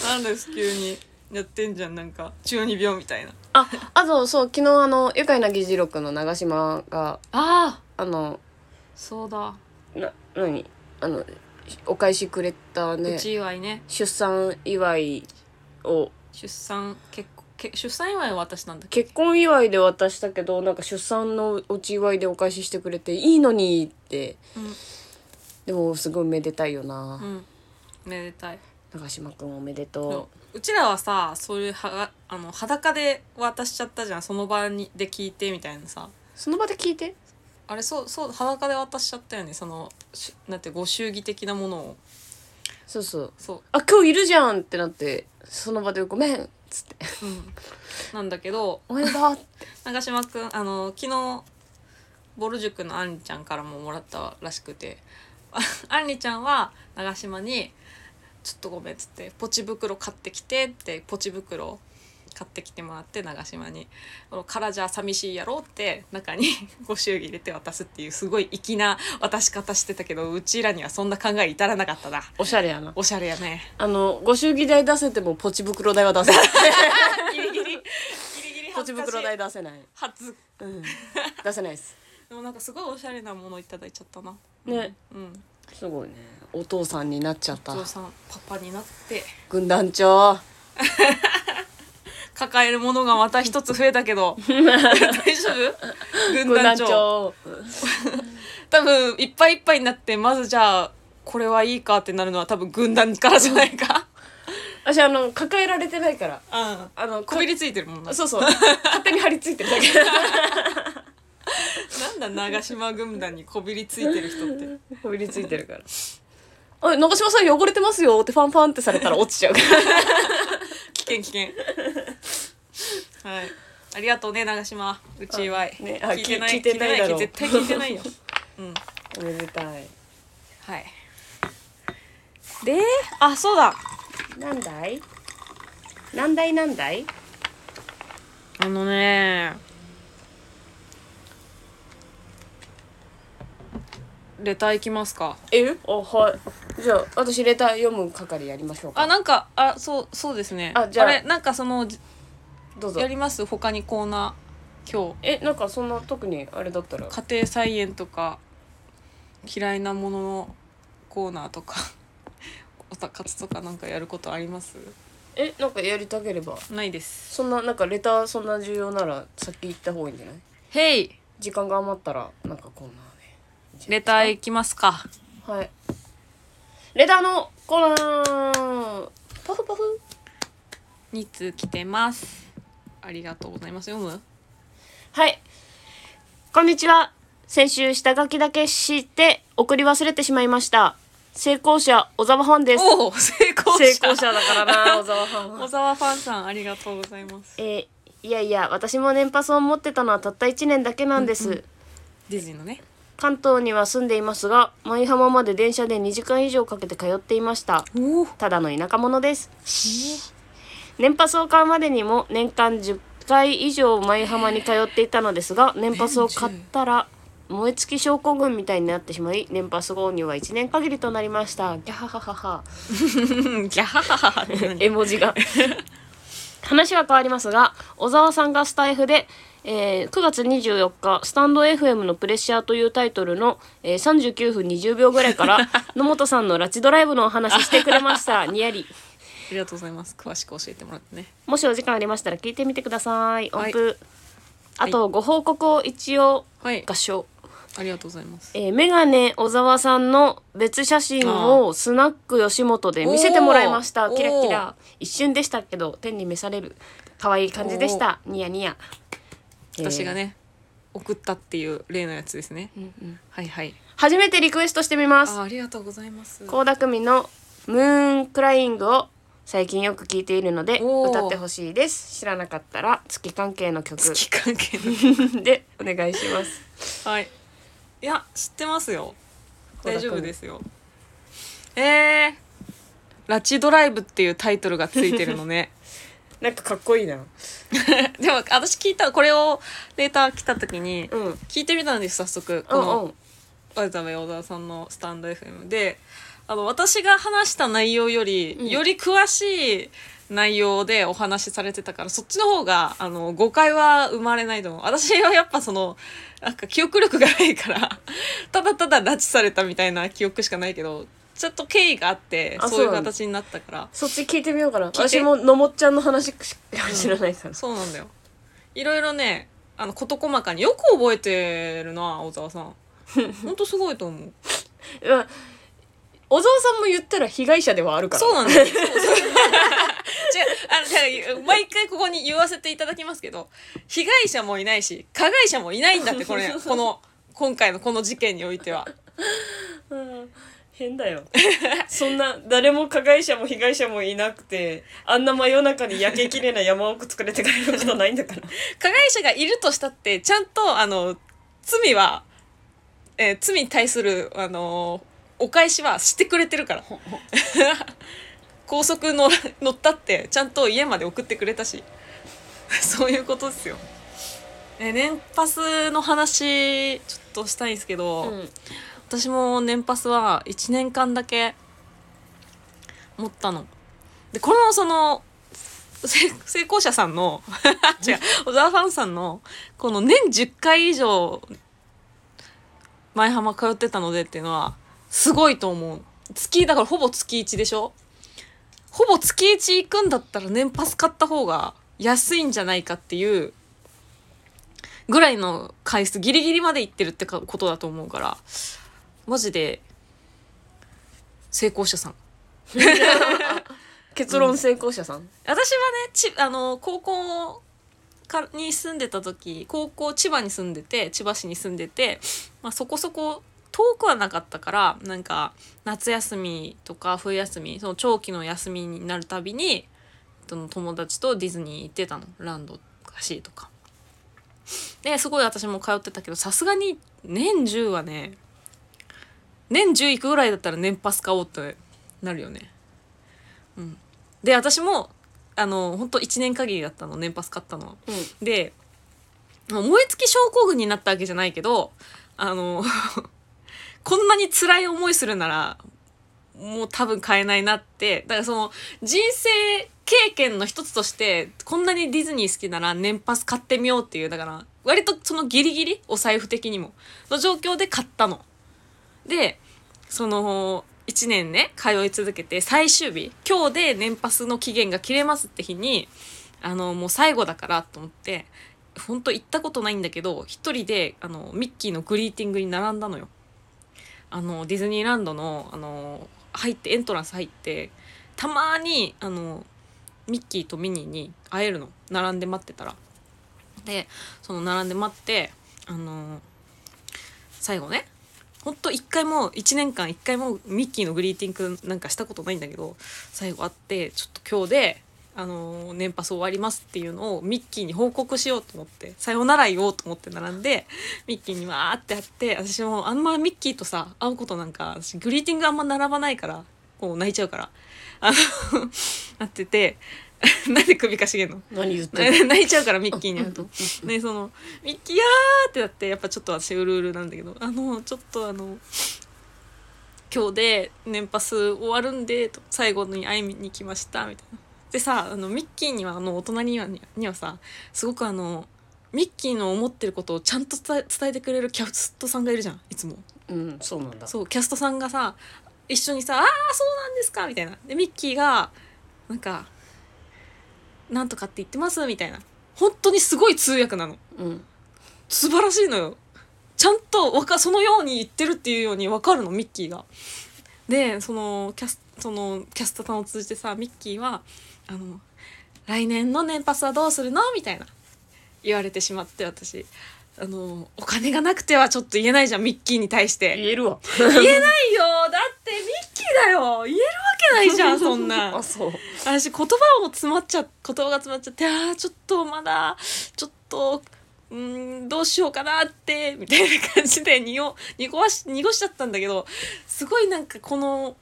[SPEAKER 1] なんです急にやってんじゃんなんか中二病みたいな
[SPEAKER 2] [laughs] ああとそう昨日あの「愉快な議事録」の長島が
[SPEAKER 1] ああ
[SPEAKER 2] あの
[SPEAKER 1] そうだ、
[SPEAKER 2] な何あのお返しくれたね
[SPEAKER 1] うち祝いね
[SPEAKER 2] 出産祝いを
[SPEAKER 1] 出産結婚け出産祝いは私なんだっけ
[SPEAKER 2] 結婚祝いで渡したけどなんか出産のおち祝いでお返ししてくれていいのにってでもすごいめでたいよな、
[SPEAKER 1] うん、うん、めでたい
[SPEAKER 2] 長島くんおめで
[SPEAKER 1] そ
[SPEAKER 2] と
[SPEAKER 1] ううちらはさそういうはがあの裸で渡しちゃったじゃんその場にで聞いてみたいなさ
[SPEAKER 2] うその場で聞いて
[SPEAKER 1] あれそうそう裸で渡しちゃったよねそのしなんてご祝儀的なものを
[SPEAKER 2] そうそう
[SPEAKER 1] そ
[SPEAKER 2] あ今日いるじゃんってなってその場で「ごめん」っつって
[SPEAKER 1] う、うん、なんだけど
[SPEAKER 2] 「おめでとう」
[SPEAKER 1] 長嶋くんあの昨日ボル塾のあんりちゃんからももらったらしくて [laughs] ああんりちゃんは長嶋に「ちょっとごめん」っつって「ポチ袋買ってきて」ってポチ袋を買ってきてもらって長嶋に「このからじゃ寂しいやろ」って中にご祝儀入れて渡すっていうすごい粋な渡し方してたけどうちらにはそんな考え至らなかったな
[SPEAKER 2] おしゃれやな
[SPEAKER 1] おしゃれやね
[SPEAKER 2] あのご祝儀代出せてもポチ袋代は出せない
[SPEAKER 1] ギリギリギリギリ
[SPEAKER 2] [laughs] ポ
[SPEAKER 1] 恥
[SPEAKER 2] チ
[SPEAKER 1] ずかし
[SPEAKER 2] 袋
[SPEAKER 1] [laughs]
[SPEAKER 2] 代
[SPEAKER 1] い
[SPEAKER 2] 出せない、
[SPEAKER 1] 恥ず
[SPEAKER 2] うん、出せないです
[SPEAKER 1] でもなんかすごいおしゃれなものいただいちゃったな
[SPEAKER 2] ね
[SPEAKER 1] うん
[SPEAKER 2] すごいねお父さんになっちゃっ
[SPEAKER 1] お
[SPEAKER 2] た
[SPEAKER 1] 父さんパパになって
[SPEAKER 2] 軍団長
[SPEAKER 1] 抱えるものがまた一つ増えたけ
[SPEAKER 2] [laughs]
[SPEAKER 1] ど大丈夫軍
[SPEAKER 2] 軍
[SPEAKER 1] 団
[SPEAKER 2] 団
[SPEAKER 1] 長
[SPEAKER 2] 長
[SPEAKER 1] 多分いっぱいいっぱいになってまずじゃあこれはいいかってなるのは多分軍団からじゃないか
[SPEAKER 2] 私あの抱えられてないから
[SPEAKER 1] うん
[SPEAKER 2] あの
[SPEAKER 1] こびりついてるもんな
[SPEAKER 2] そうそう勝手に張り付いてるだけ
[SPEAKER 1] なんだ長島軍団にこびりついてる人って
[SPEAKER 2] こびりついてるから [laughs] 「おい長嶋さん汚れてますよ」ってファンファンってされたら落ちちゃうから
[SPEAKER 1] 危険危険はいありがとうね長島うち祝い、
[SPEAKER 2] あねあ
[SPEAKER 1] 聞いてない
[SPEAKER 2] 聞いてないだろう
[SPEAKER 1] 聞いてない絶対聞いてないようん
[SPEAKER 2] [laughs] おめでたい
[SPEAKER 1] はいであそうだ
[SPEAKER 2] なんだいなんだいなんだい
[SPEAKER 1] あのねレター行きますか
[SPEAKER 2] えあはいじゃあ私レター読む係やりましょうか
[SPEAKER 1] あなんかあそうそうですね
[SPEAKER 2] あじゃあ
[SPEAKER 1] れなんかそのじ
[SPEAKER 2] どうぞ
[SPEAKER 1] やります他にコーナー今
[SPEAKER 2] えなんかそんな特にあれだったら
[SPEAKER 1] 日家庭菜園とか嫌いなもののコーナーとか [laughs] おたかつとかなんかやることあります
[SPEAKER 2] えなんかやりたければ
[SPEAKER 1] ないです
[SPEAKER 2] そんななんかレターそんな重要なら先行った方がいいんじゃない
[SPEAKER 1] へい
[SPEAKER 2] 時間が余ったらなんかコーナーね
[SPEAKER 1] レター行きますか
[SPEAKER 2] はいレターのコーナーパフパフ
[SPEAKER 1] 2通来てますありがとうございます読む
[SPEAKER 2] はいこんにちは先週下書きだけして送り忘れてしまいました成功者小沢ファンです
[SPEAKER 1] おお成功
[SPEAKER 2] 成
[SPEAKER 1] 者
[SPEAKER 2] 功者だから [laughs] な小沢ファンは
[SPEAKER 1] 小沢ファンさんありがとうございます
[SPEAKER 2] えーいやいや私も年パスを持ってたのはたった1年だけなんです、
[SPEAKER 1] ディズニーのね
[SPEAKER 2] 関東には住んでいますが舞浜まで電車で2時間以上かけて通っていました
[SPEAKER 1] お [laughs] お
[SPEAKER 2] ただの田舎者です年パスを買うまでにも年間10回以上舞浜に通っていたのですが年パスを買ったら燃え尽き症候群みたいになってしまい年パス購入は1年限りとなりましたギャハハハハ
[SPEAKER 1] うんギャハハハハって何
[SPEAKER 2] 絵文字が [laughs] 話は変わりますが小沢さんがスタイフで、えー9月24日スタンド FM の「プレッシャー」というタイトルの、えー39分20秒ぐらいから野本さんの拉致ドライブのお話してくれましたにやり
[SPEAKER 1] ありがとうございます詳しく教えてもらってね
[SPEAKER 2] もしお時間ありましたら聞いてみてください音
[SPEAKER 1] はい
[SPEAKER 2] 符、あと、ご報告を一応
[SPEAKER 1] はい
[SPEAKER 2] 合唱
[SPEAKER 1] ありがとうございます
[SPEAKER 2] えー、メガネ小沢さんの別写真をスナック吉本で見せてもらいました
[SPEAKER 1] おー
[SPEAKER 2] キラキラ一瞬でしたけど天に召される可愛い感じでしたニヤニヤ
[SPEAKER 1] 私が、
[SPEAKER 2] えー
[SPEAKER 1] ね送ったっていう例のやつですね
[SPEAKER 2] うんうん
[SPEAKER 1] はいはい
[SPEAKER 2] 初めてリクエストしてみます
[SPEAKER 1] あありがとうございます
[SPEAKER 2] 倖田來未の「ムーンクライング」を最近よく聞いているので
[SPEAKER 1] おー
[SPEAKER 2] 歌ってほしいです知らなかったら月関係の曲
[SPEAKER 1] 月関係の
[SPEAKER 2] でお願いします
[SPEAKER 1] はいいや知ってますよ
[SPEAKER 2] 倖田來
[SPEAKER 1] 大
[SPEAKER 2] 未
[SPEAKER 1] 丈夫ですよえー「ラチドライブ」っていうタイトルがついてるの
[SPEAKER 2] [laughs]
[SPEAKER 1] ね
[SPEAKER 2] なんかかっこいいな
[SPEAKER 1] でも私聞いたこれをデータ来た時に
[SPEAKER 2] うんうん
[SPEAKER 1] 聞いてみたんです早速この
[SPEAKER 2] うん
[SPEAKER 1] 渡辺小沢さんのスタンド FM であの私が話した内容より、
[SPEAKER 2] うん
[SPEAKER 1] より詳しい内容でお話しされてたからそっちの方があの誤解は生まれないと思う私はやっぱそのなんか記憶力がないからただただ拉致されたみたいな記憶しかないけどちょっと経緯があって
[SPEAKER 2] あ
[SPEAKER 1] そうい
[SPEAKER 2] そう
[SPEAKER 1] う
[SPEAKER 2] なんだ
[SPEAKER 1] 形になったから
[SPEAKER 2] そっち聞いてみようかな
[SPEAKER 1] 聞いて
[SPEAKER 2] 私ものもっちゃんの話しか知らないから [laughs]
[SPEAKER 1] そうなんだよいろいろねあの事細かによく覚えてるな小沢さ
[SPEAKER 2] [laughs]
[SPEAKER 1] んほんとすごいと思う
[SPEAKER 2] まあ小沢さんも言ったら被害者ではあるから
[SPEAKER 1] そう
[SPEAKER 2] [laughs]
[SPEAKER 1] なんですよ。そうそう違う、あの、だから毎回ここに言わせていただきますけど、被害者もいないし、加害者もいないんだって、
[SPEAKER 2] [laughs]
[SPEAKER 1] これ、この、今回のこの事件においては。
[SPEAKER 2] うん変だよ [laughs] そんな誰も加害者も被害者もいなくてあんな真夜中に焼けきれない山奥作れてくれることないんだから
[SPEAKER 1] 加害者がいるとしたって、ちゃんと、あの、罪は、えー罪に対する、あのお返しはしてくれてるから。 [laughs] 高速の乗ったって、ちゃんと家まで送ってくれたし。 [laughs] そういうことですよ。え、年パスの話、ちょっとしたいんですけど、
[SPEAKER 2] うん
[SPEAKER 1] 私も年パスは1年間だけ持ったの。でこのそのせ成功者さんの [laughs] 違う小沢ファンさんのこの年10回以上前浜通ってたのでっていうのはすごいと思う月だからほぼ月1でしょほぼ月1行くんだったら年パス買った方が安いんじゃないかっていうぐらいの回数ギリギリまで行ってるってかことだと思うからマジで成功者さん
[SPEAKER 2] 結論成功者さん
[SPEAKER 1] 私はねちあの高校かに住んでた時高校千葉に住んでて千葉市に住んでて、まあ、そこそこ遠くはなかったからなんか夏休みとか冬休みその長期の休みになるたびにその友達とディズニー行ってたのランドとかシーとか。ですごい私も通ってたけどさすがに年10はね年10行くぐらいだったら年パス買おうってなるよね。うん、で私もあの本当1年限りだったの年パス買ったのは。
[SPEAKER 2] うん
[SPEAKER 1] でもう燃え尽き症候群になったわけじゃないけどあの [laughs] こんなに辛い思いするならもう多分買えないなってだからその人生経験の一つとしてこんなにディズニー好きなら年パス買ってみようっていうだから割とそのギリギリお財布的にもの状況で買ったの。でその1年ね通い続けて最終日今日で年パスの期限が切れますって日にあのもう最後だからと思って本当行ったことないんだけど一人であのミッキーのグリーティングに並んだのよあのディズニーランドのあの入ってエントランス入ってたまにあのミッキーとミニーに会えるの並んで待ってたらでその並んで待ってあの最後ねほんと一回も1年間一回もミッキーのグリーティングなんかしたことないんだけど最後会ってちょっと今日で、あのー年パス終わりますっていうのをミッキーに報告しようと思ってさよなら言おうと思って並んでミッキーにわーって会って私もあんまミッキーとさ会うことなんか私 [laughs] グリーティングあんま並ばないからこう泣いちゃうからあのなってて [laughs] なんで首かしげんの
[SPEAKER 2] 何言ってんの
[SPEAKER 1] [laughs] 泣いちゃうからミッキーに会うとねその「ミッキーやー!」ってなってやっぱちょっと私うるうるなんだけど「あのちょっとあの今日で年パス終わるんでと最後に会いに来ました」みたいな。でさあのミッキーにはあの大人にはににはさすごくあのミッキーの思ってることをちゃんと伝え伝えてくれるキャストさんがいるじゃんいつも。
[SPEAKER 2] うんそうなんだ
[SPEAKER 1] そうキャストさんがさ一緒にさ「ああそうなんですか」みたいなでミッキーがなんか「なんとかって言ってます」みたいな本当にすごい通訳なの
[SPEAKER 2] うん
[SPEAKER 1] 素晴らしいのよちゃんとわかそのように言ってるっていうようにわかるのミッキーがでそのキャスそのキャストさんを通じてさミッキーはあの「来年の年パスはどうするの?」みたいな言われてしまって私あのお金がなくてはちょっと言えないじゃんミッキーに対して
[SPEAKER 2] 言えるわ
[SPEAKER 1] 言えないよだってミッキーだよ言えるわけないじゃんそんな
[SPEAKER 2] [laughs] あそう
[SPEAKER 1] 私言葉を詰まっちゃ言葉が詰まっちゃってあーちょっとまだちょっとうーんどうしようかなってみたいな感じで濁濁し濁しちゃったんだけどすごいなんかこの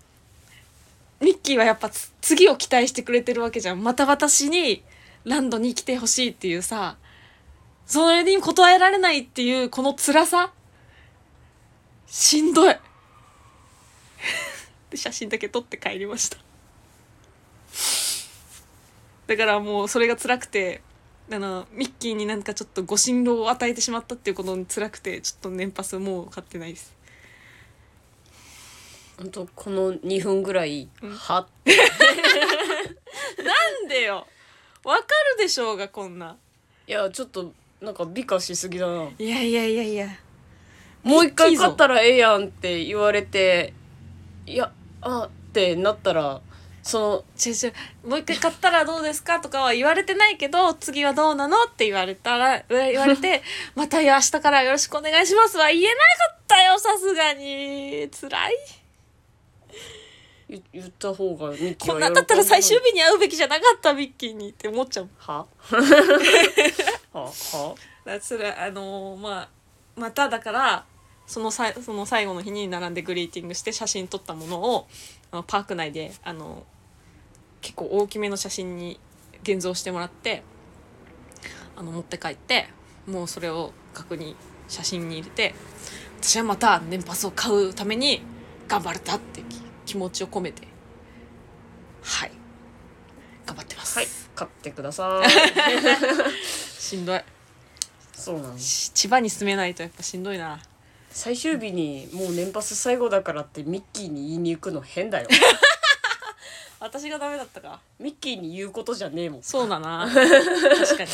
[SPEAKER 1] ミッキーはやっぱつ次を期待してくれてるわけじゃんまた私にランドに来てほしいっていうさそれに答えられないっていうこの辛さしんどい [laughs] で写真だけ撮って帰りましただからもうそれが辛くてあのミッキーになんかちょっとご心労を与えてしまったっていうことに辛くてちょっと年パスもう買ってないです
[SPEAKER 2] 本当この2分ぐらい
[SPEAKER 1] うん
[SPEAKER 2] はっ
[SPEAKER 1] なんでよわかるでしょうがこんない
[SPEAKER 2] やちょっとなんか美化しすぎだない
[SPEAKER 1] やいやいやいや
[SPEAKER 2] もう一回勝ったらええやんって言われていやあってなったらそ
[SPEAKER 1] 違う違うもう一回買ったらどうですかとかは言われてないけど次はどうなのって言われたら言われ [laughs] てまた明日からよろしくお願いしますは言えなかったよさすがに辛い
[SPEAKER 2] のい言った方がミッキー
[SPEAKER 1] こん
[SPEAKER 2] は喜ぶ
[SPEAKER 1] なんだったら最終日に会うべきじゃなかったミッキーにって思っちゃう [laughs]
[SPEAKER 2] ははは
[SPEAKER 1] だそれあのーまあまただからそのさいその最後の日に並んでグリーティングして写真撮ったものをあのパーク内であの結構大きめの写真に現像してもらってあの持って帰ってもうそれを確認写真に入れて私はまた年パスを買うために頑張れたってき気持ちを込めてはい頑張ってます、
[SPEAKER 2] はい買ってくださ
[SPEAKER 1] [laughs]
[SPEAKER 2] い
[SPEAKER 1] しんどい
[SPEAKER 2] そうなんです
[SPEAKER 1] し千葉に住めないとやっぱしんどいな
[SPEAKER 2] 最終日にもう年パス最後だからってミッキーに言いに行くの
[SPEAKER 1] [laughs]
[SPEAKER 2] 変だよ
[SPEAKER 1] 私がダメだったか
[SPEAKER 2] ミッキーに言うことじゃねえもん
[SPEAKER 1] そうだ [laughs] な確かに、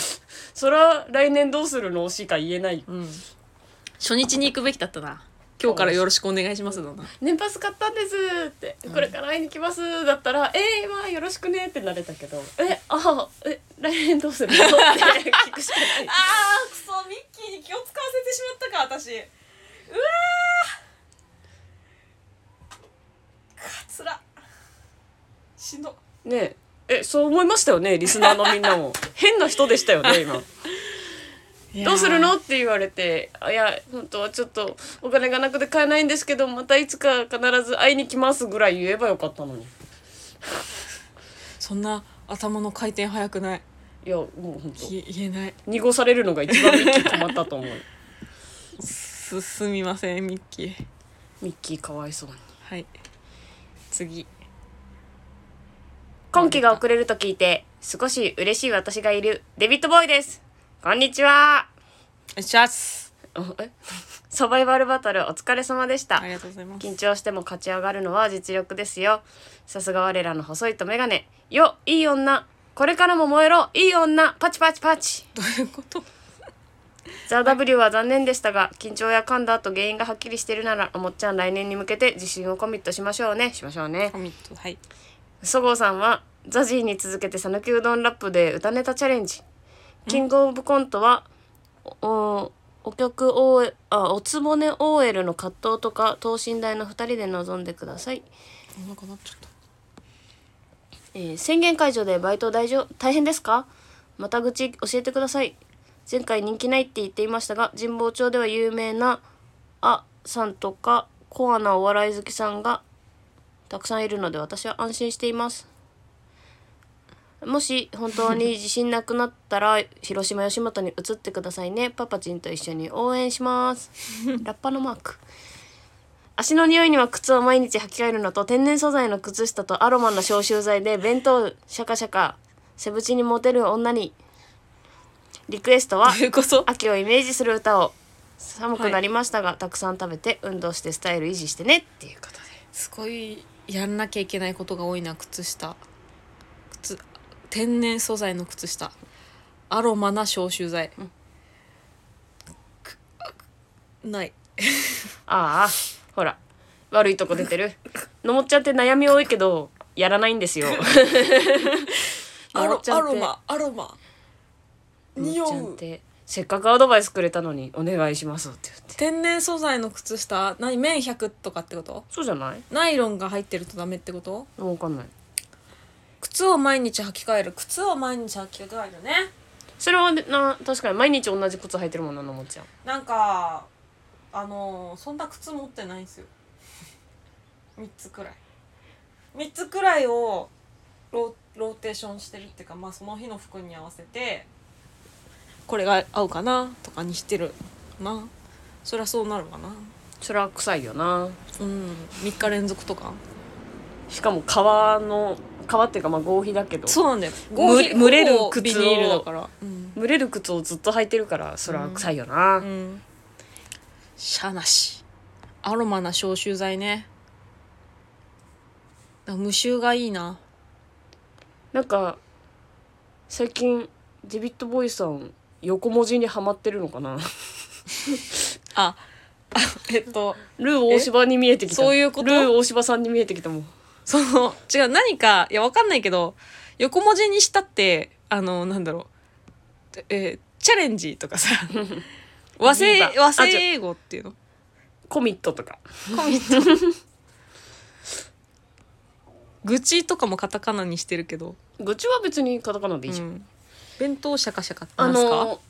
[SPEAKER 2] そら来年どうするのしか言えないよ
[SPEAKER 1] うん、初日に行くべきだったな今日からよろしくお願いしますだな
[SPEAKER 2] 年パス買ったんですって
[SPEAKER 1] ん
[SPEAKER 2] これから会いに来ますだったら「えー、まあよろしくね」ってなれたけど「えああえ来年どうするの?」って聞くしかない
[SPEAKER 1] あーくそミッキーに気を使わせてしまったか私うわーかつらしんど
[SPEAKER 2] [laughs] ねええそう思いましたよねリスナーのみんなも [laughs] 変な人でしたよね今どうするのって言われて「あいや本当はちょっとお金がなくて買えないんですけどまたいつか必ず会いに来ます」ぐらい言えばよかったのに
[SPEAKER 1] そんな頭の回転早くない
[SPEAKER 2] いやもう本当
[SPEAKER 1] 言言えない
[SPEAKER 2] 濁されるのが一番ミッキー困ったと思う
[SPEAKER 1] すすみませんミッキー
[SPEAKER 2] ミッキーかわいそうに。
[SPEAKER 1] はい次
[SPEAKER 2] 今期が遅れると聞いて少し嬉しい私がいるデビットボーイですこんにちは
[SPEAKER 1] おしゃす
[SPEAKER 2] おえサバイバルバトルお疲れ様でした
[SPEAKER 1] ありがとうございます
[SPEAKER 2] 緊張しても勝ち上がるのは実力ですよさすが我らの細いとメガネよいい女これからも燃えろいい女パチパチパチ
[SPEAKER 1] どういうこと
[SPEAKER 2] ザ・ W は残念でしたが緊張や噛んだ後原因がはっきりしてるならおもっちゃん来年に向けて自信をコミットしましょうねしましょうね
[SPEAKER 1] コミットはい
[SPEAKER 2] そごうさんはザジーに続けて讃岐うどんラップで歌ネタチャレンジキングオブコントはおお客 OL あおつぼね OL の葛藤とか等身大の2人で臨んでください、
[SPEAKER 1] なんかなっちゃった
[SPEAKER 2] えー宣言解除でバイト大丈大変ですかまた口教えてください前回人気ないって言っていましたが神保町では有名なあさんとかコアなお笑い好きさんがたくさんいるので私は安心していますもし本当に自信なくなったら広島吉本に移ってくださいねパパチンと一緒に応援しますラッパのマーク足の匂いには靴を毎日履き替えるのと天然素材の靴下とアロマの消臭剤で弁当シャカシャカ背ブチにモテる女にリクエストは
[SPEAKER 1] どういうこと
[SPEAKER 2] 秋をイメージする歌を寒くなりましたが、たくさん食べて運動してスタイル維持してねっていうことです
[SPEAKER 1] ごいやんなきゃいけないことが多いな靴下靴天然素材の靴下アロマな消臭剤、くない
[SPEAKER 2] ああほら悪いとこ出
[SPEAKER 1] [laughs]
[SPEAKER 2] てるのもっちゃんって悩み多いけどやらないんですよ [laughs]
[SPEAKER 1] ア
[SPEAKER 2] のも
[SPEAKER 1] ロ
[SPEAKER 2] っちゃん
[SPEAKER 1] ア
[SPEAKER 2] って
[SPEAKER 1] ロマアロマ
[SPEAKER 2] の
[SPEAKER 1] 匂
[SPEAKER 2] もっちゃんっ
[SPEAKER 1] う
[SPEAKER 2] てせっかくアドバイスくれたのにお願いしますって言って
[SPEAKER 1] 天然素材の靴下何綿100とかってこと
[SPEAKER 2] そうじゃない
[SPEAKER 1] ナイロンが入ってるとダメってこと
[SPEAKER 2] わかんない
[SPEAKER 1] 靴を毎日履き替える靴を毎日履き替えるね
[SPEAKER 2] それはねな確かに毎日同じ靴履いてるもんなのもっちゃん
[SPEAKER 1] なんかあのーそんな靴持ってないんですよ [laughs] 3つくらい3つくらいをローローテーションしてるっていうか、まあ、その日の服に合わせてこれが合うかなとかにしてるなそりゃそうなるかな
[SPEAKER 2] それは臭いよな
[SPEAKER 1] うん3日連続とか
[SPEAKER 2] しかも革の革っていうかまあ合皮だけど
[SPEAKER 1] そうなんだよ
[SPEAKER 2] む
[SPEAKER 1] 合皮
[SPEAKER 2] 蒸れる
[SPEAKER 1] ほぼ
[SPEAKER 2] 靴を
[SPEAKER 1] ビニールだからうん、
[SPEAKER 2] 蒸れる靴をずっと履いてるからそれは臭いよな、
[SPEAKER 1] うん、しゃあなしアロマな消臭剤ねだから無臭がいいな
[SPEAKER 2] なんか最近デビッド・ボーイさん横文字にはまってるのか [laughs] な
[SPEAKER 1] ああえっと
[SPEAKER 2] ルー大柴に見えてきた
[SPEAKER 1] そういうこと
[SPEAKER 2] ルー大柴さんに見えてきたもん
[SPEAKER 1] その違う何かいやわかんないけど横文字にしたってあのなんだろうえーチャレンジと
[SPEAKER 2] [laughs]
[SPEAKER 1] かさ和製
[SPEAKER 2] リーバ
[SPEAKER 1] 和製
[SPEAKER 2] あ違う
[SPEAKER 1] 英語っていうの
[SPEAKER 2] コミットとか
[SPEAKER 1] コミット愚痴とかもカタカナにしてるけど、
[SPEAKER 2] 愚痴は別にカタカナでいいじ
[SPEAKER 1] う
[SPEAKER 2] ゃん、
[SPEAKER 1] ん弁当シャカシャカって
[SPEAKER 2] あ
[SPEAKER 1] なんですか、
[SPEAKER 2] の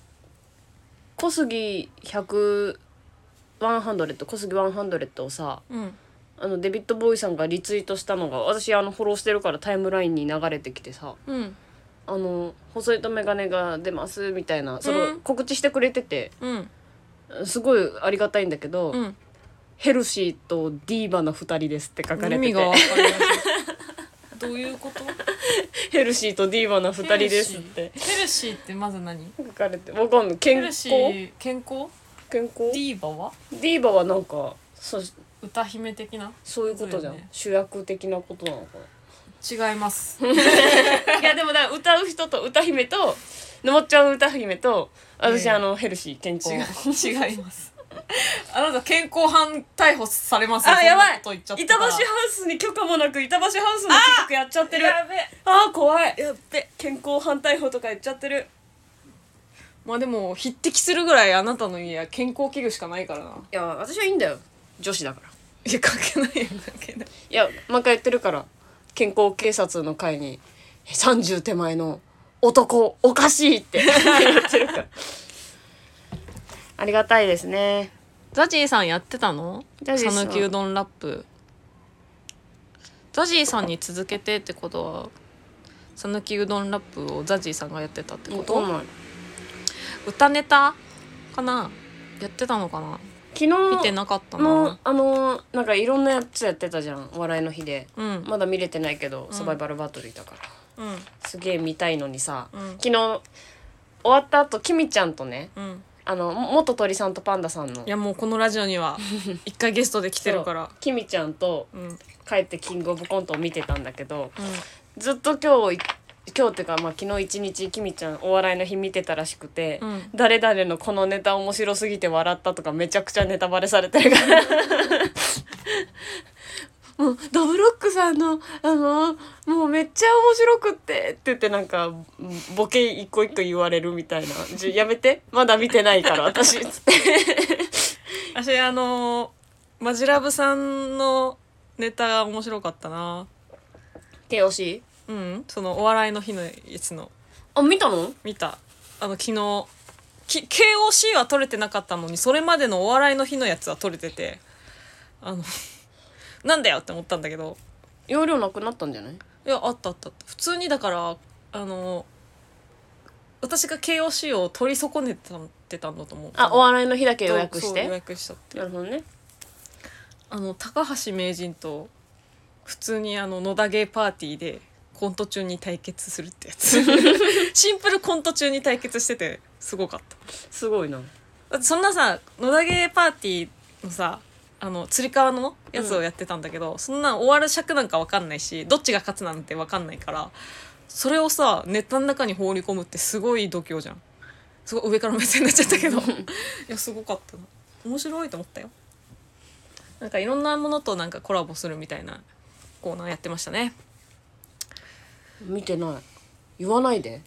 [SPEAKER 2] 小杉100ワンハンドレッド小杉ワンハンドレッドをさ
[SPEAKER 1] うん、
[SPEAKER 2] あのデビッド・ボーイさんがリツイートしたのが私あのフォローしてるからタイムラインに流れてきてさ
[SPEAKER 1] うん
[SPEAKER 2] あの細いとメガネが出ますみたいなそうの
[SPEAKER 1] ん
[SPEAKER 2] 告知してくれてて、
[SPEAKER 1] うん
[SPEAKER 2] すごいありがたいんだけど、
[SPEAKER 1] うん
[SPEAKER 2] ヘルシーとディーバの2人ですって書かれ
[SPEAKER 1] 意
[SPEAKER 2] て
[SPEAKER 1] 味がわか
[SPEAKER 2] て
[SPEAKER 1] りません [laughs] どういうこと
[SPEAKER 2] ヘルシーとディーバの2人ですって
[SPEAKER 1] ヘルシーってまず何
[SPEAKER 2] 書かれてわかんない
[SPEAKER 1] ヘ
[SPEAKER 2] 健
[SPEAKER 1] ル
[SPEAKER 2] 康
[SPEAKER 1] シー健康
[SPEAKER 2] 健康
[SPEAKER 1] ディーバは
[SPEAKER 2] ディーバはなんかそ
[SPEAKER 1] 歌姫的な
[SPEAKER 2] そういうことじゃ
[SPEAKER 1] そうよ
[SPEAKER 2] ん、
[SPEAKER 1] ね
[SPEAKER 2] 主役的なことなのか
[SPEAKER 1] 違います
[SPEAKER 2] ないやでもだから歌う人と歌姫とのもっちゃん歌姫と私、
[SPEAKER 1] いやいや
[SPEAKER 2] あのヘルシー健
[SPEAKER 1] [laughs]
[SPEAKER 2] 康
[SPEAKER 1] 違う違いますあなた健康犯逮捕されますよ
[SPEAKER 2] あやばい
[SPEAKER 1] そんなこと言っちゃった
[SPEAKER 2] 板橋
[SPEAKER 1] ら
[SPEAKER 2] ハウスに許可もなく板橋ハウスの近くやっちゃってる
[SPEAKER 1] やべ
[SPEAKER 2] あー怖い
[SPEAKER 1] やべ
[SPEAKER 2] 健康反対法とか言っちゃってる
[SPEAKER 1] まあでも匹敵するぐらいあなたの家は健康器具しかないからない
[SPEAKER 2] や私はいいんだよ女子だから
[SPEAKER 1] いや関係ないよ関係ない
[SPEAKER 2] いや毎回言ってるから健康警察の会に30手前の男おかしいって [laughs] 言ってるからありがたいですね
[SPEAKER 1] ザジーさんやってたの
[SPEAKER 2] ザジーさん
[SPEAKER 1] 讃岐うどんラップザジーさんに続けてってことは讃岐うどんラップをザジーさんがやってたってこ
[SPEAKER 2] もう
[SPEAKER 1] と、
[SPEAKER 2] どうなん
[SPEAKER 1] 歌ネタかなやってたのかな
[SPEAKER 2] 昨日
[SPEAKER 1] 見てなかった
[SPEAKER 2] の
[SPEAKER 1] な
[SPEAKER 2] あのーなんかいろんなやつやってたじゃんお笑いの日で
[SPEAKER 1] うん
[SPEAKER 2] まだ見れてないけど、
[SPEAKER 1] ん
[SPEAKER 2] サバイバルバトルいたから
[SPEAKER 1] うん
[SPEAKER 2] すげえ見たいのにさ、
[SPEAKER 1] うん
[SPEAKER 2] 昨日終わった後きみちゃんとね
[SPEAKER 1] うん
[SPEAKER 2] あの元鳥さんとパンダさんの
[SPEAKER 1] いやもうこのラジオに [laughs] は一回ゲストで来てるから
[SPEAKER 2] きみちゃんと
[SPEAKER 1] うんうん
[SPEAKER 2] 帰ってキングオブコントを見てたんだけどずっと今日い今日っていうか、まあ、昨日一日きみちゃんお笑いの日見てたらしくて、
[SPEAKER 1] うん
[SPEAKER 2] 誰々のこのネタ面白すぎて笑ったとかめちゃくちゃネタバレされてるから [laughs] もうドブロックさんのあのもうめっちゃ面白くってって言ってなんかボケ一個一個言われるみたいな「じゃやめてまだ見てないから [laughs] 私」つって
[SPEAKER 1] 私あのーマジラブさんのネタが面白かったな
[SPEAKER 2] 手押し
[SPEAKER 1] うんそのお笑いの日のやつの
[SPEAKER 2] あ見たの
[SPEAKER 1] 見たあの昨日き KOC は取れてなかったのにそれまでのお笑いの日のやつは取れててあの [laughs] なんだよって思ったんだけど
[SPEAKER 2] 容量なくなったんじゃない
[SPEAKER 1] いやあったあったあった普通にだからあの私が KOC を取り損ねたってたんだと思う
[SPEAKER 2] あお笑いの日だけ
[SPEAKER 1] そう
[SPEAKER 2] 予約し
[SPEAKER 1] そう予
[SPEAKER 2] て
[SPEAKER 1] 約したって
[SPEAKER 2] なるほどね
[SPEAKER 1] あの高橋名人と普通にあの野田ゲーパーティーでコント中に対決するってや
[SPEAKER 2] [laughs]
[SPEAKER 1] つシンプルコント中に対決しててすごかった
[SPEAKER 2] すごいな
[SPEAKER 1] だってそんなさ野田ゲーパーティーのさあのつり革のやつをやってたんだけど、そんな終わる尺なんかわかんないしどっちが勝つなんてわかんないからそれをさネタの中に放り込むってすごい度胸じゃんすごい上から目線になっちゃった [laughs] けどいやすごかったな面白いと思ったよなんかいろんなものとなんかコラボするみたいなコーナーやってましたね
[SPEAKER 2] 見てない言わないで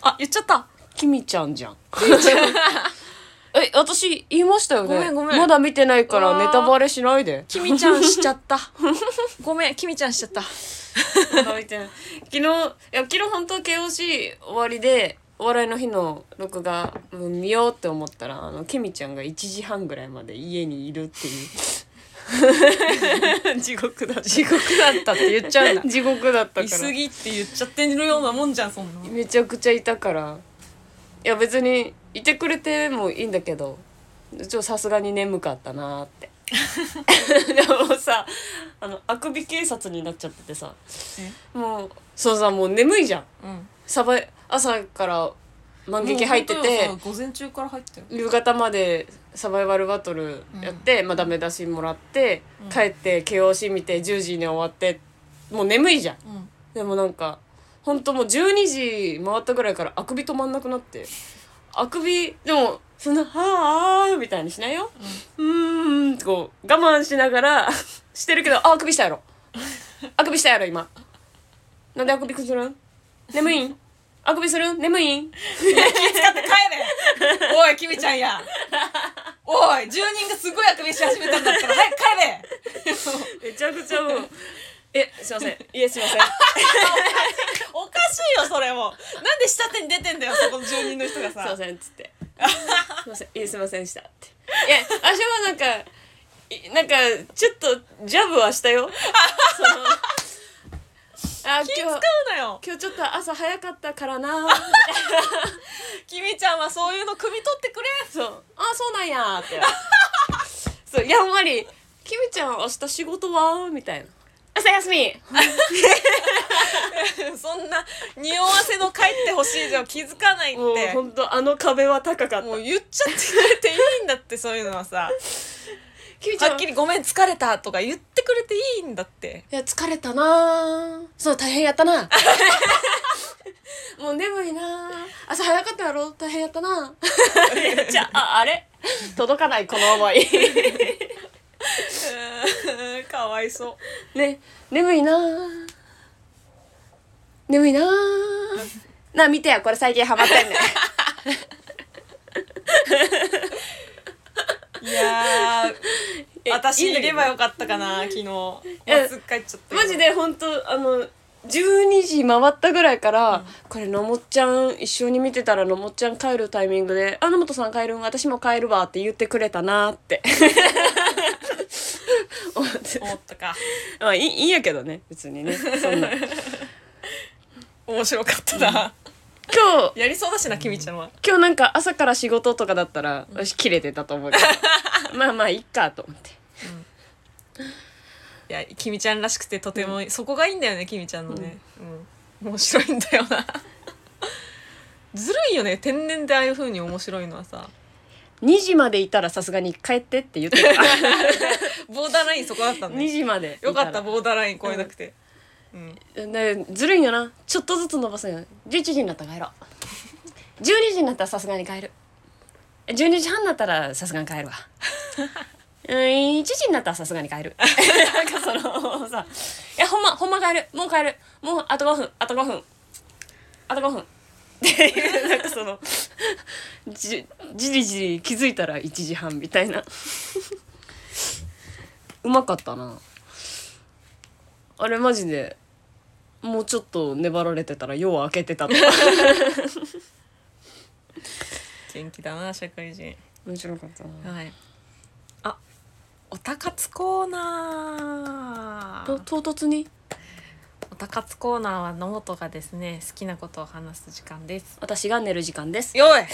[SPEAKER 1] あ言っちゃった
[SPEAKER 2] きみちゃんじゃん [laughs] え私言いましたよね
[SPEAKER 1] ごめんごめん
[SPEAKER 2] まだ見てないか
[SPEAKER 1] う
[SPEAKER 2] ら
[SPEAKER 1] わー
[SPEAKER 2] ネタバレしないで
[SPEAKER 1] きみちゃんしちゃった [laughs] ごめんきみちゃんしちゃった
[SPEAKER 2] みたいな昨日いや昨日本当 KOC 終わりでお笑いの日の録画うん見ようって思ったらあのケミちゃんが1時半ぐらいまで家にいるっていう
[SPEAKER 1] [laughs] 地獄だ
[SPEAKER 2] [laughs] 地獄だったって言っちゃうな [laughs] 地獄だった
[SPEAKER 1] い
[SPEAKER 2] か
[SPEAKER 1] す
[SPEAKER 2] ら
[SPEAKER 1] ぎって言っちゃってるようなもんじゃんそんな
[SPEAKER 2] めちゃくちゃいたからいや別にいてくれてもいいんだけどちょっとさすがに眠かったなーってでもさあのあくび警察になっちゃっててさもうそうさもう眠いじゃんサバ朝から万劇入ってて
[SPEAKER 1] 午前中から入ってる
[SPEAKER 2] 夕方までサバイバルバトルやって、まあダメ出しもらって帰って KOC 見て10時に終わってもう眠いじゃん
[SPEAKER 1] うん
[SPEAKER 2] でもなんかほんともう12時回ったぐらいからあくび止まんなくなってあくびでもそんな「はあ」みたいにしないようーんってこう我慢しながら [laughs] してるけどああくびしたやろあくびしたやろ今なんであくびするん眠いんあくびするん眠いん
[SPEAKER 1] 使って帰れおいきみちゃんやおい住人がすごいあくびし始めたんだったら早く帰れ
[SPEAKER 2] めちゃくちゃもう [laughs] えすいませんいえすいません
[SPEAKER 1] おかしいよそれもなんで下手に出てんだよそこの住人の人が
[SPEAKER 2] すいま
[SPEAKER 1] さ
[SPEAKER 2] せんっつ [laughs] って「すいませんいいすいませんでした」っていや私もなんかいなんかちょっとジャブはしたよそのあ
[SPEAKER 1] 気使
[SPEAKER 2] 今日
[SPEAKER 1] うなよ
[SPEAKER 2] 今日ちょっと朝早かったから [laughs] な
[SPEAKER 1] きみちゃんはそういうの汲み取ってくれ
[SPEAKER 2] そうあそうなんやってそうやんわり「きみちゃん明日仕事は?」みたいな「朝休み!」
[SPEAKER 1] そんな匂わせの帰ってほしいじゃん気づかないっ
[SPEAKER 2] もう
[SPEAKER 1] て
[SPEAKER 2] 本当あの壁は高かっ
[SPEAKER 1] も
[SPEAKER 2] た
[SPEAKER 1] う言っちゃってくれていいんだってそういうのは
[SPEAKER 2] [laughs]
[SPEAKER 1] さ
[SPEAKER 2] きみちゃん
[SPEAKER 1] はっきり「ごめん疲れた」とか言ってくれていいんだって
[SPEAKER 2] いや疲れたなぁそう大変やったな [laughs] もう眠いなぁ朝早かったやろ大変やったなじゃああれ届かないこの思い
[SPEAKER 1] [laughs] かわいそ
[SPEAKER 2] ね眠いなぁ眠いなぁなあ見てやこれ最近ハマってんね
[SPEAKER 1] ういやー
[SPEAKER 2] [laughs] え
[SPEAKER 1] 私
[SPEAKER 2] いいんだ
[SPEAKER 1] い
[SPEAKER 2] けど
[SPEAKER 1] ればよかったかな昨日も
[SPEAKER 2] え
[SPEAKER 1] うすっ帰っちゃった
[SPEAKER 2] マジで本当あの12時回ったぐらいから、これのもっちゃん一緒に見てたらのもっちゃん帰るタイミングで「あ野本さん帰るん私も帰るわ」って言ってくれたなーって思って
[SPEAKER 1] 思ったか
[SPEAKER 2] まあいいいいんやけどね別にねそ [laughs] んな今
[SPEAKER 1] 面白かったな、
[SPEAKER 2] 日
[SPEAKER 1] やりそうだしなきみちゃんは
[SPEAKER 2] 今日なんか朝から仕事とかだったら私切れてたと思うけど [laughs] まあまあいっかと思って
[SPEAKER 1] いやきみちゃんらしくてとても、そこがいいんだよねきみちゃんのね、うん面白いんだよな [laughs] ずるいよね天然でああいう風に面白いのはさ
[SPEAKER 2] 2時までいたらさすがに帰ってって言ってた [laughs]
[SPEAKER 1] ボーダーラインそこだったん
[SPEAKER 2] 2
[SPEAKER 1] で
[SPEAKER 2] 時までい
[SPEAKER 1] よ
[SPEAKER 2] ら
[SPEAKER 1] かったボーダーライン超えなくて、うん
[SPEAKER 2] ねずるいよなちょっとずつ伸ばすんよ11時になったら帰ろう12時になったらさすがに帰る12時半になったらさすがに帰るわ [laughs] うん1時になったらさすがに帰るなんかそのさ「いやほんまほんま帰るもう帰るもうあと5分あと5分あと5分」っていうなんかそのじじりじり気づいたら1時半みたいなうまかったなあれマジでもうちょっと粘られてたら夜は明けてたと
[SPEAKER 1] 元気だな社会人
[SPEAKER 2] [laughs] 面白かったな
[SPEAKER 1] はいあおたかつコーナー
[SPEAKER 2] と唐突に
[SPEAKER 1] おタ活コーナーはノートがですね好きなことを話す時間です
[SPEAKER 2] 私が寝る時間です。
[SPEAKER 1] よい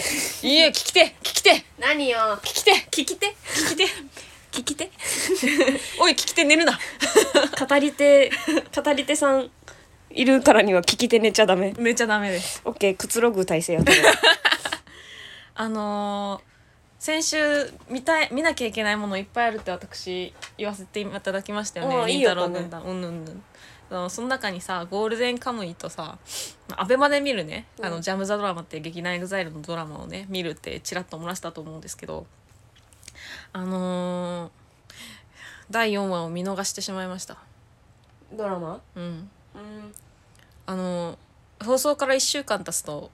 [SPEAKER 1] いいよ聞きて聞きて
[SPEAKER 3] 何よ
[SPEAKER 1] 聞きて
[SPEAKER 2] 聞き手
[SPEAKER 1] 聞きて
[SPEAKER 2] 聞き手
[SPEAKER 1] おい聞きて寝るな
[SPEAKER 2] 語り手、語り手さんいるからには聞き手寝ちゃダメ。
[SPEAKER 1] めちゃダメです
[SPEAKER 2] オッケー、くつろぐ体勢やった
[SPEAKER 1] あのー先週見たい見なきゃいけないものいっぱいあるって私言わせていただきましたよ
[SPEAKER 2] ああ
[SPEAKER 1] ね。り
[SPEAKER 2] いい
[SPEAKER 1] ん
[SPEAKER 2] よ
[SPEAKER 1] たろう軍団うんうんうん。あのその中にさゴールデンカムイとさまあアベマで見るね、あ
[SPEAKER 2] うん
[SPEAKER 1] のジャム・ザ・ドラマっていう劇団エグザイルのドラマをね見るってちらっと漏らしたと思うんですけどあのー第4話を見逃してしまいました。
[SPEAKER 2] [laughs] ドラマ
[SPEAKER 1] うん、
[SPEAKER 2] うん。
[SPEAKER 1] あのー放送から1週間経つと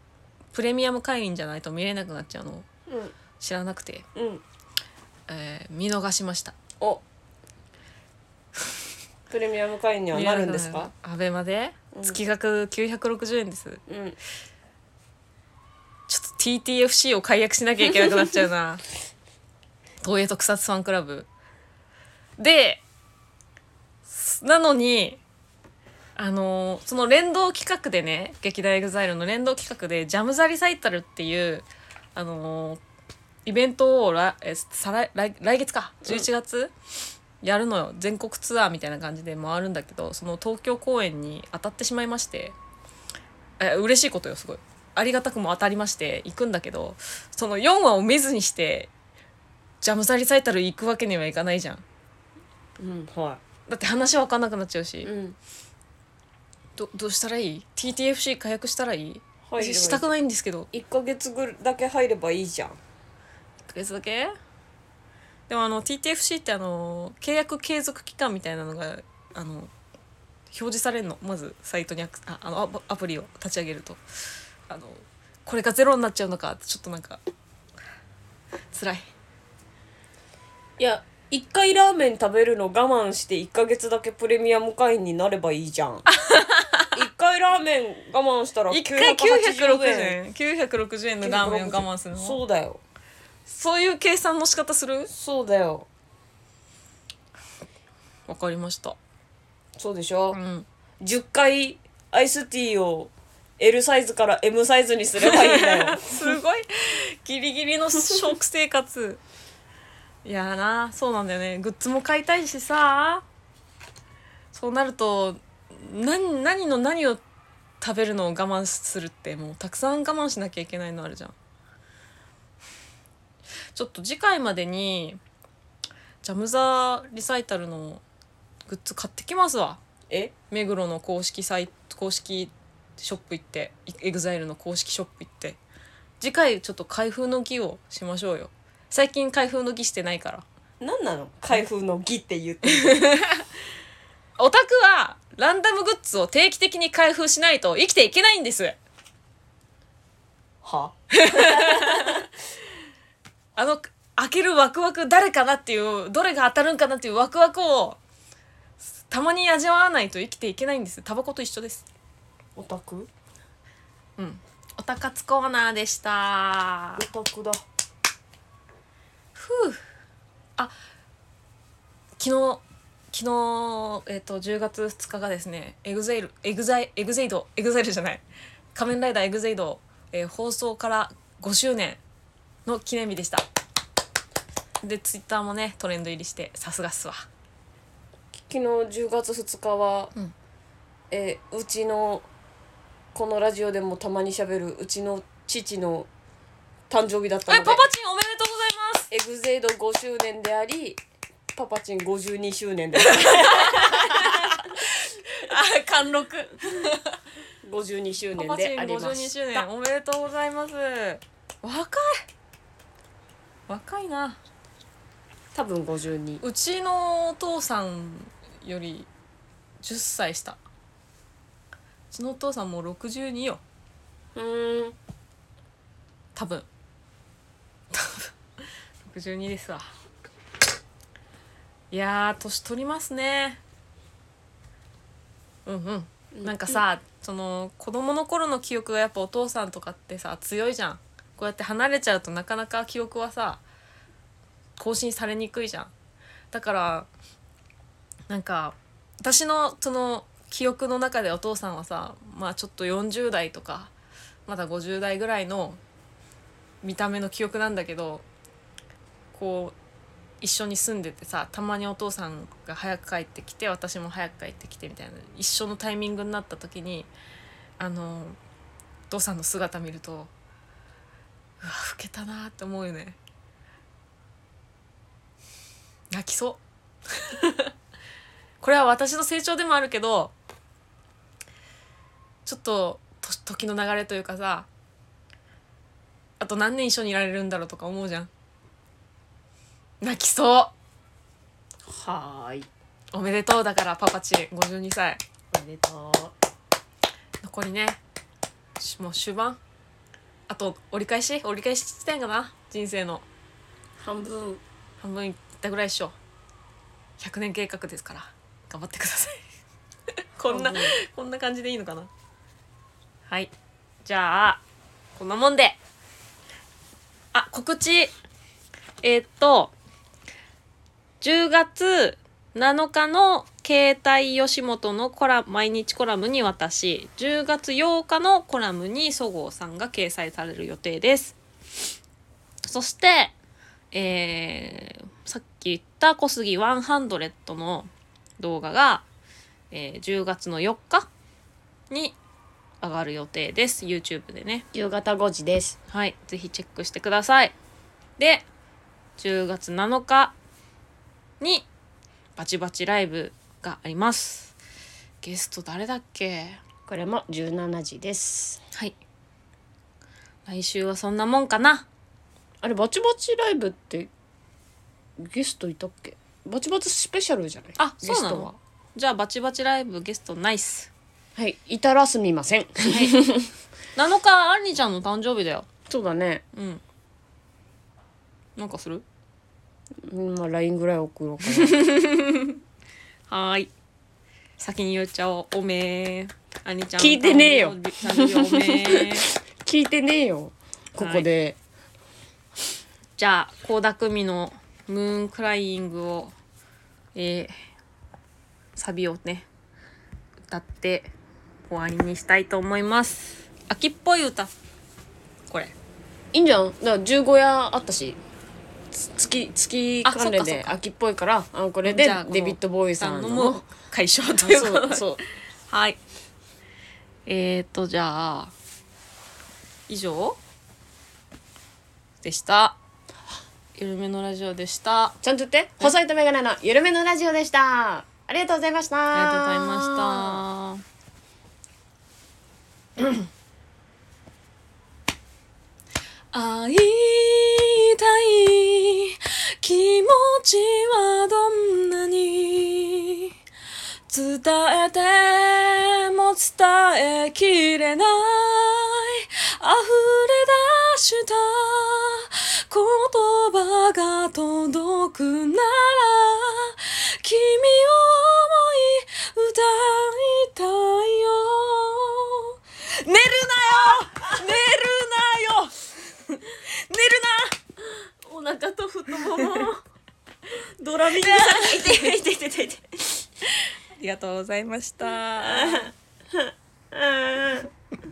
[SPEAKER 1] プレミアム会員じゃないと見れなくなっちゃうの知らなくて。
[SPEAKER 2] うん。うん。
[SPEAKER 1] えー見逃しました
[SPEAKER 2] お。プレミアム会員にはなるんですか
[SPEAKER 1] アベマで、
[SPEAKER 2] うん
[SPEAKER 1] 月額960円です
[SPEAKER 2] うん。
[SPEAKER 1] ちょっと TTFC を解約しなきゃいけなくなっちゃうな [laughs] 東映特撮ファンクラブで s- なのにあのーその連動企画でね劇団 EXILE の連動企画で「ジャムザリサイタル」っていうあのーイベントをらえ再来来来月か11月、やるのよ全国ツアーみたいな感じで回るんだけどその東京公演に当たってしまいましてえ嬉しいことよすごいありがたくも当たりまして行くんだけどその4話を見ずにしてジャムザリサイタル行くわけにはいかないじゃん
[SPEAKER 2] うん、は
[SPEAKER 1] だって話分かんなくなっちゃうし、
[SPEAKER 2] い。うん。
[SPEAKER 1] どどうしたらいい ?TTFC 解約したらいい、
[SPEAKER 2] はい。
[SPEAKER 1] 私したくないんですけど
[SPEAKER 2] 一ヶ月ぐらいだけ入ればいいじゃん。
[SPEAKER 1] 1ヶ月だけでもあの TTFC ってあの契約継続期間みたいなのがあの表示されるのまずサイトにアクああのアプアプリを立ち上げるとあのこれがゼロになっちゃうのかってちょっとなんか辛い
[SPEAKER 2] いや、一回ラーメン食べるの我慢して一ヶ月だけプレミアム会員になればいいじゃん。
[SPEAKER 1] [laughs]
[SPEAKER 2] 一回ラーメン我慢したら
[SPEAKER 1] 一
[SPEAKER 2] 980
[SPEAKER 1] 回960
[SPEAKER 2] 円。
[SPEAKER 1] 円960円のラーメンを我慢するのそ
[SPEAKER 2] そううだよ。
[SPEAKER 1] いう計算の仕方する
[SPEAKER 2] そうだよ。
[SPEAKER 1] わかりました
[SPEAKER 2] そうでしょ、
[SPEAKER 1] うん
[SPEAKER 2] 10回アイスティーを L サイズから M サイズにすればいいんだよ
[SPEAKER 1] [laughs] すごいギリギリの食生活 [laughs] いやーなそうなんだよねグッズも買いたいしさそうなると何何の何を食べるのを我慢するってもうたくさん我慢しなきゃいけないのあるじゃんちょっと次回までにジャム・ザ・リサイタルのグッズ買ってきますわ
[SPEAKER 2] え
[SPEAKER 1] 目黒の公式サイト公式ショップ行ってエグザイルの公式ショップ行って次回ちょっと開封の儀をしましょうよ最近開封の儀してないから
[SPEAKER 2] 何なの開封の儀って言って
[SPEAKER 1] オタクはランダムグッズを定期的に開封しないと生きていけないんです
[SPEAKER 2] は
[SPEAKER 1] あの開けるワクワク誰かなっていうどれが当たるんかなっていうワクワクをたまに味わわないと生きていけないんですタバコと一緒です
[SPEAKER 2] オタク
[SPEAKER 1] うんオタ活コーナーでした
[SPEAKER 2] オタクだ
[SPEAKER 1] 昨日昨日、えっと10月2日がですねエグゼイルエグザイエグゼイドエグゼイルじゃない仮面ライダーエグゼイド、えー放送から5周年の記念日でしたでツイッターもねトレンド入りしてさすがっすわ
[SPEAKER 2] 昨日10月2日は、
[SPEAKER 1] うん
[SPEAKER 2] えーうちのこのラジオでもたまにしゃべるうちの父の誕生日だっ
[SPEAKER 1] え
[SPEAKER 2] た
[SPEAKER 1] パ
[SPEAKER 2] ので
[SPEAKER 1] パチンおめでとうございます
[SPEAKER 2] エグゼイド5周年でありパパチン52周年であり
[SPEAKER 1] [laughs] あ貫禄
[SPEAKER 2] 52周
[SPEAKER 1] パ
[SPEAKER 2] 年
[SPEAKER 1] パチ
[SPEAKER 2] で
[SPEAKER 1] ン
[SPEAKER 2] ありま
[SPEAKER 1] 52
[SPEAKER 2] し
[SPEAKER 1] 周年
[SPEAKER 2] た
[SPEAKER 1] おめでとうございます若い若いな
[SPEAKER 2] 多分52
[SPEAKER 1] うちのお父さんより10歳下うちのお父さんもう62よ
[SPEAKER 2] うーん
[SPEAKER 1] 多分多分62ですわいやー年取りますねうんうんなんかさその子供の頃の記憶がやっぱお父さんとかってさ強いじゃんこうやって離れちゃうとなかなか記憶はさ更新されにくいじゃんだからなんか私のその記憶の中でお父さんはさまあちょっと40代とかまだ50代ぐらいの見た目の記憶なんだけどこう一緒に住んでてさたまにお父さんが早く帰ってきて私も早く帰ってきてみたいな一緒のタイミングになった時にあのお父さんの姿見るとうわ老けたなって思うよね泣きそう [laughs] これは私の成長でもあるけどちょっとと時の流れというかさあと何年一緒にいられるんだろうとか思うじゃん泣きそう
[SPEAKER 2] はーい
[SPEAKER 1] おめでとうだからパパチン52歳
[SPEAKER 2] おめでとう
[SPEAKER 1] 残りねしもう終盤あと折り返し折り返し地点かな人生の
[SPEAKER 2] 半分
[SPEAKER 1] 半分いったぐらいっしょ100年計画ですから頑張ってください [laughs] こんな
[SPEAKER 2] 半分
[SPEAKER 1] こんな感じでいいのかなはいじゃあこんなもんであ告知えーっと10月7日の携帯吉本のコラ毎日コラムに私10月8日のコラムにそごうさんが掲載される予定ですそしてえーさっき言った小杉100の動画が、えー10月の4日に上がる予定です YouTube でね
[SPEAKER 2] 夕方5時です
[SPEAKER 1] はいぜひチェックしてくださいで10月7日にバチバチライブがありますゲスト誰だっけ
[SPEAKER 2] これも17時です
[SPEAKER 1] はい来週はそんなもんかな
[SPEAKER 2] あれバチバチライブってゲストいたっけバチバチスペシャルじゃない
[SPEAKER 1] あそうな
[SPEAKER 2] ゲストは
[SPEAKER 1] のじゃあバチバチライブゲストナイス
[SPEAKER 2] はいいたらすみません
[SPEAKER 1] 7日アンリちゃんの誕生日だよ
[SPEAKER 2] そうだね
[SPEAKER 1] うんなんかする
[SPEAKER 2] うんまあ LINE ぐらい送ろう
[SPEAKER 1] [laughs]
[SPEAKER 2] か
[SPEAKER 1] はーい先に言っちゃおうおめーアンリちゃん
[SPEAKER 2] 聞いてねえよ
[SPEAKER 1] 誕生日おめ [laughs] ー
[SPEAKER 2] な聞いてねえよここで、
[SPEAKER 1] じゃあ倖田來未の「ムーンクライングを」えーサビをね歌って終わりにしたいと思います秋っぽい歌これ
[SPEAKER 2] い、いんじゃんだから15夜あったしつ月月
[SPEAKER 1] あそっか
[SPEAKER 2] 関連
[SPEAKER 1] そっ
[SPEAKER 2] で
[SPEAKER 1] か
[SPEAKER 2] 秋っぽいからあこれ
[SPEAKER 1] じ
[SPEAKER 2] で
[SPEAKER 1] ゃあこの
[SPEAKER 2] デビッド・ボーイさ
[SPEAKER 1] さ
[SPEAKER 2] ん
[SPEAKER 1] ん
[SPEAKER 2] の
[SPEAKER 1] のも [laughs] 解消と
[SPEAKER 2] あ
[SPEAKER 1] いうことで
[SPEAKER 2] [laughs] そうそう
[SPEAKER 1] はい。えー、と、じゃあ、以上でした。ゆるめのラジオでした。
[SPEAKER 2] ちゃんと言って細いとメガネの緩めのラジオでしたありがとうございました
[SPEAKER 1] ありがとうございました。 [coughs] 会いたい気持ちはどんなに伝えても伝えきれない溢れ出した言葉が届くなら君を思い歌いたいよ寝るなよ寝るなよ寝るなお腹と太もも [laughs] ドラミングされていていていていていてありがとうございました
[SPEAKER 2] うん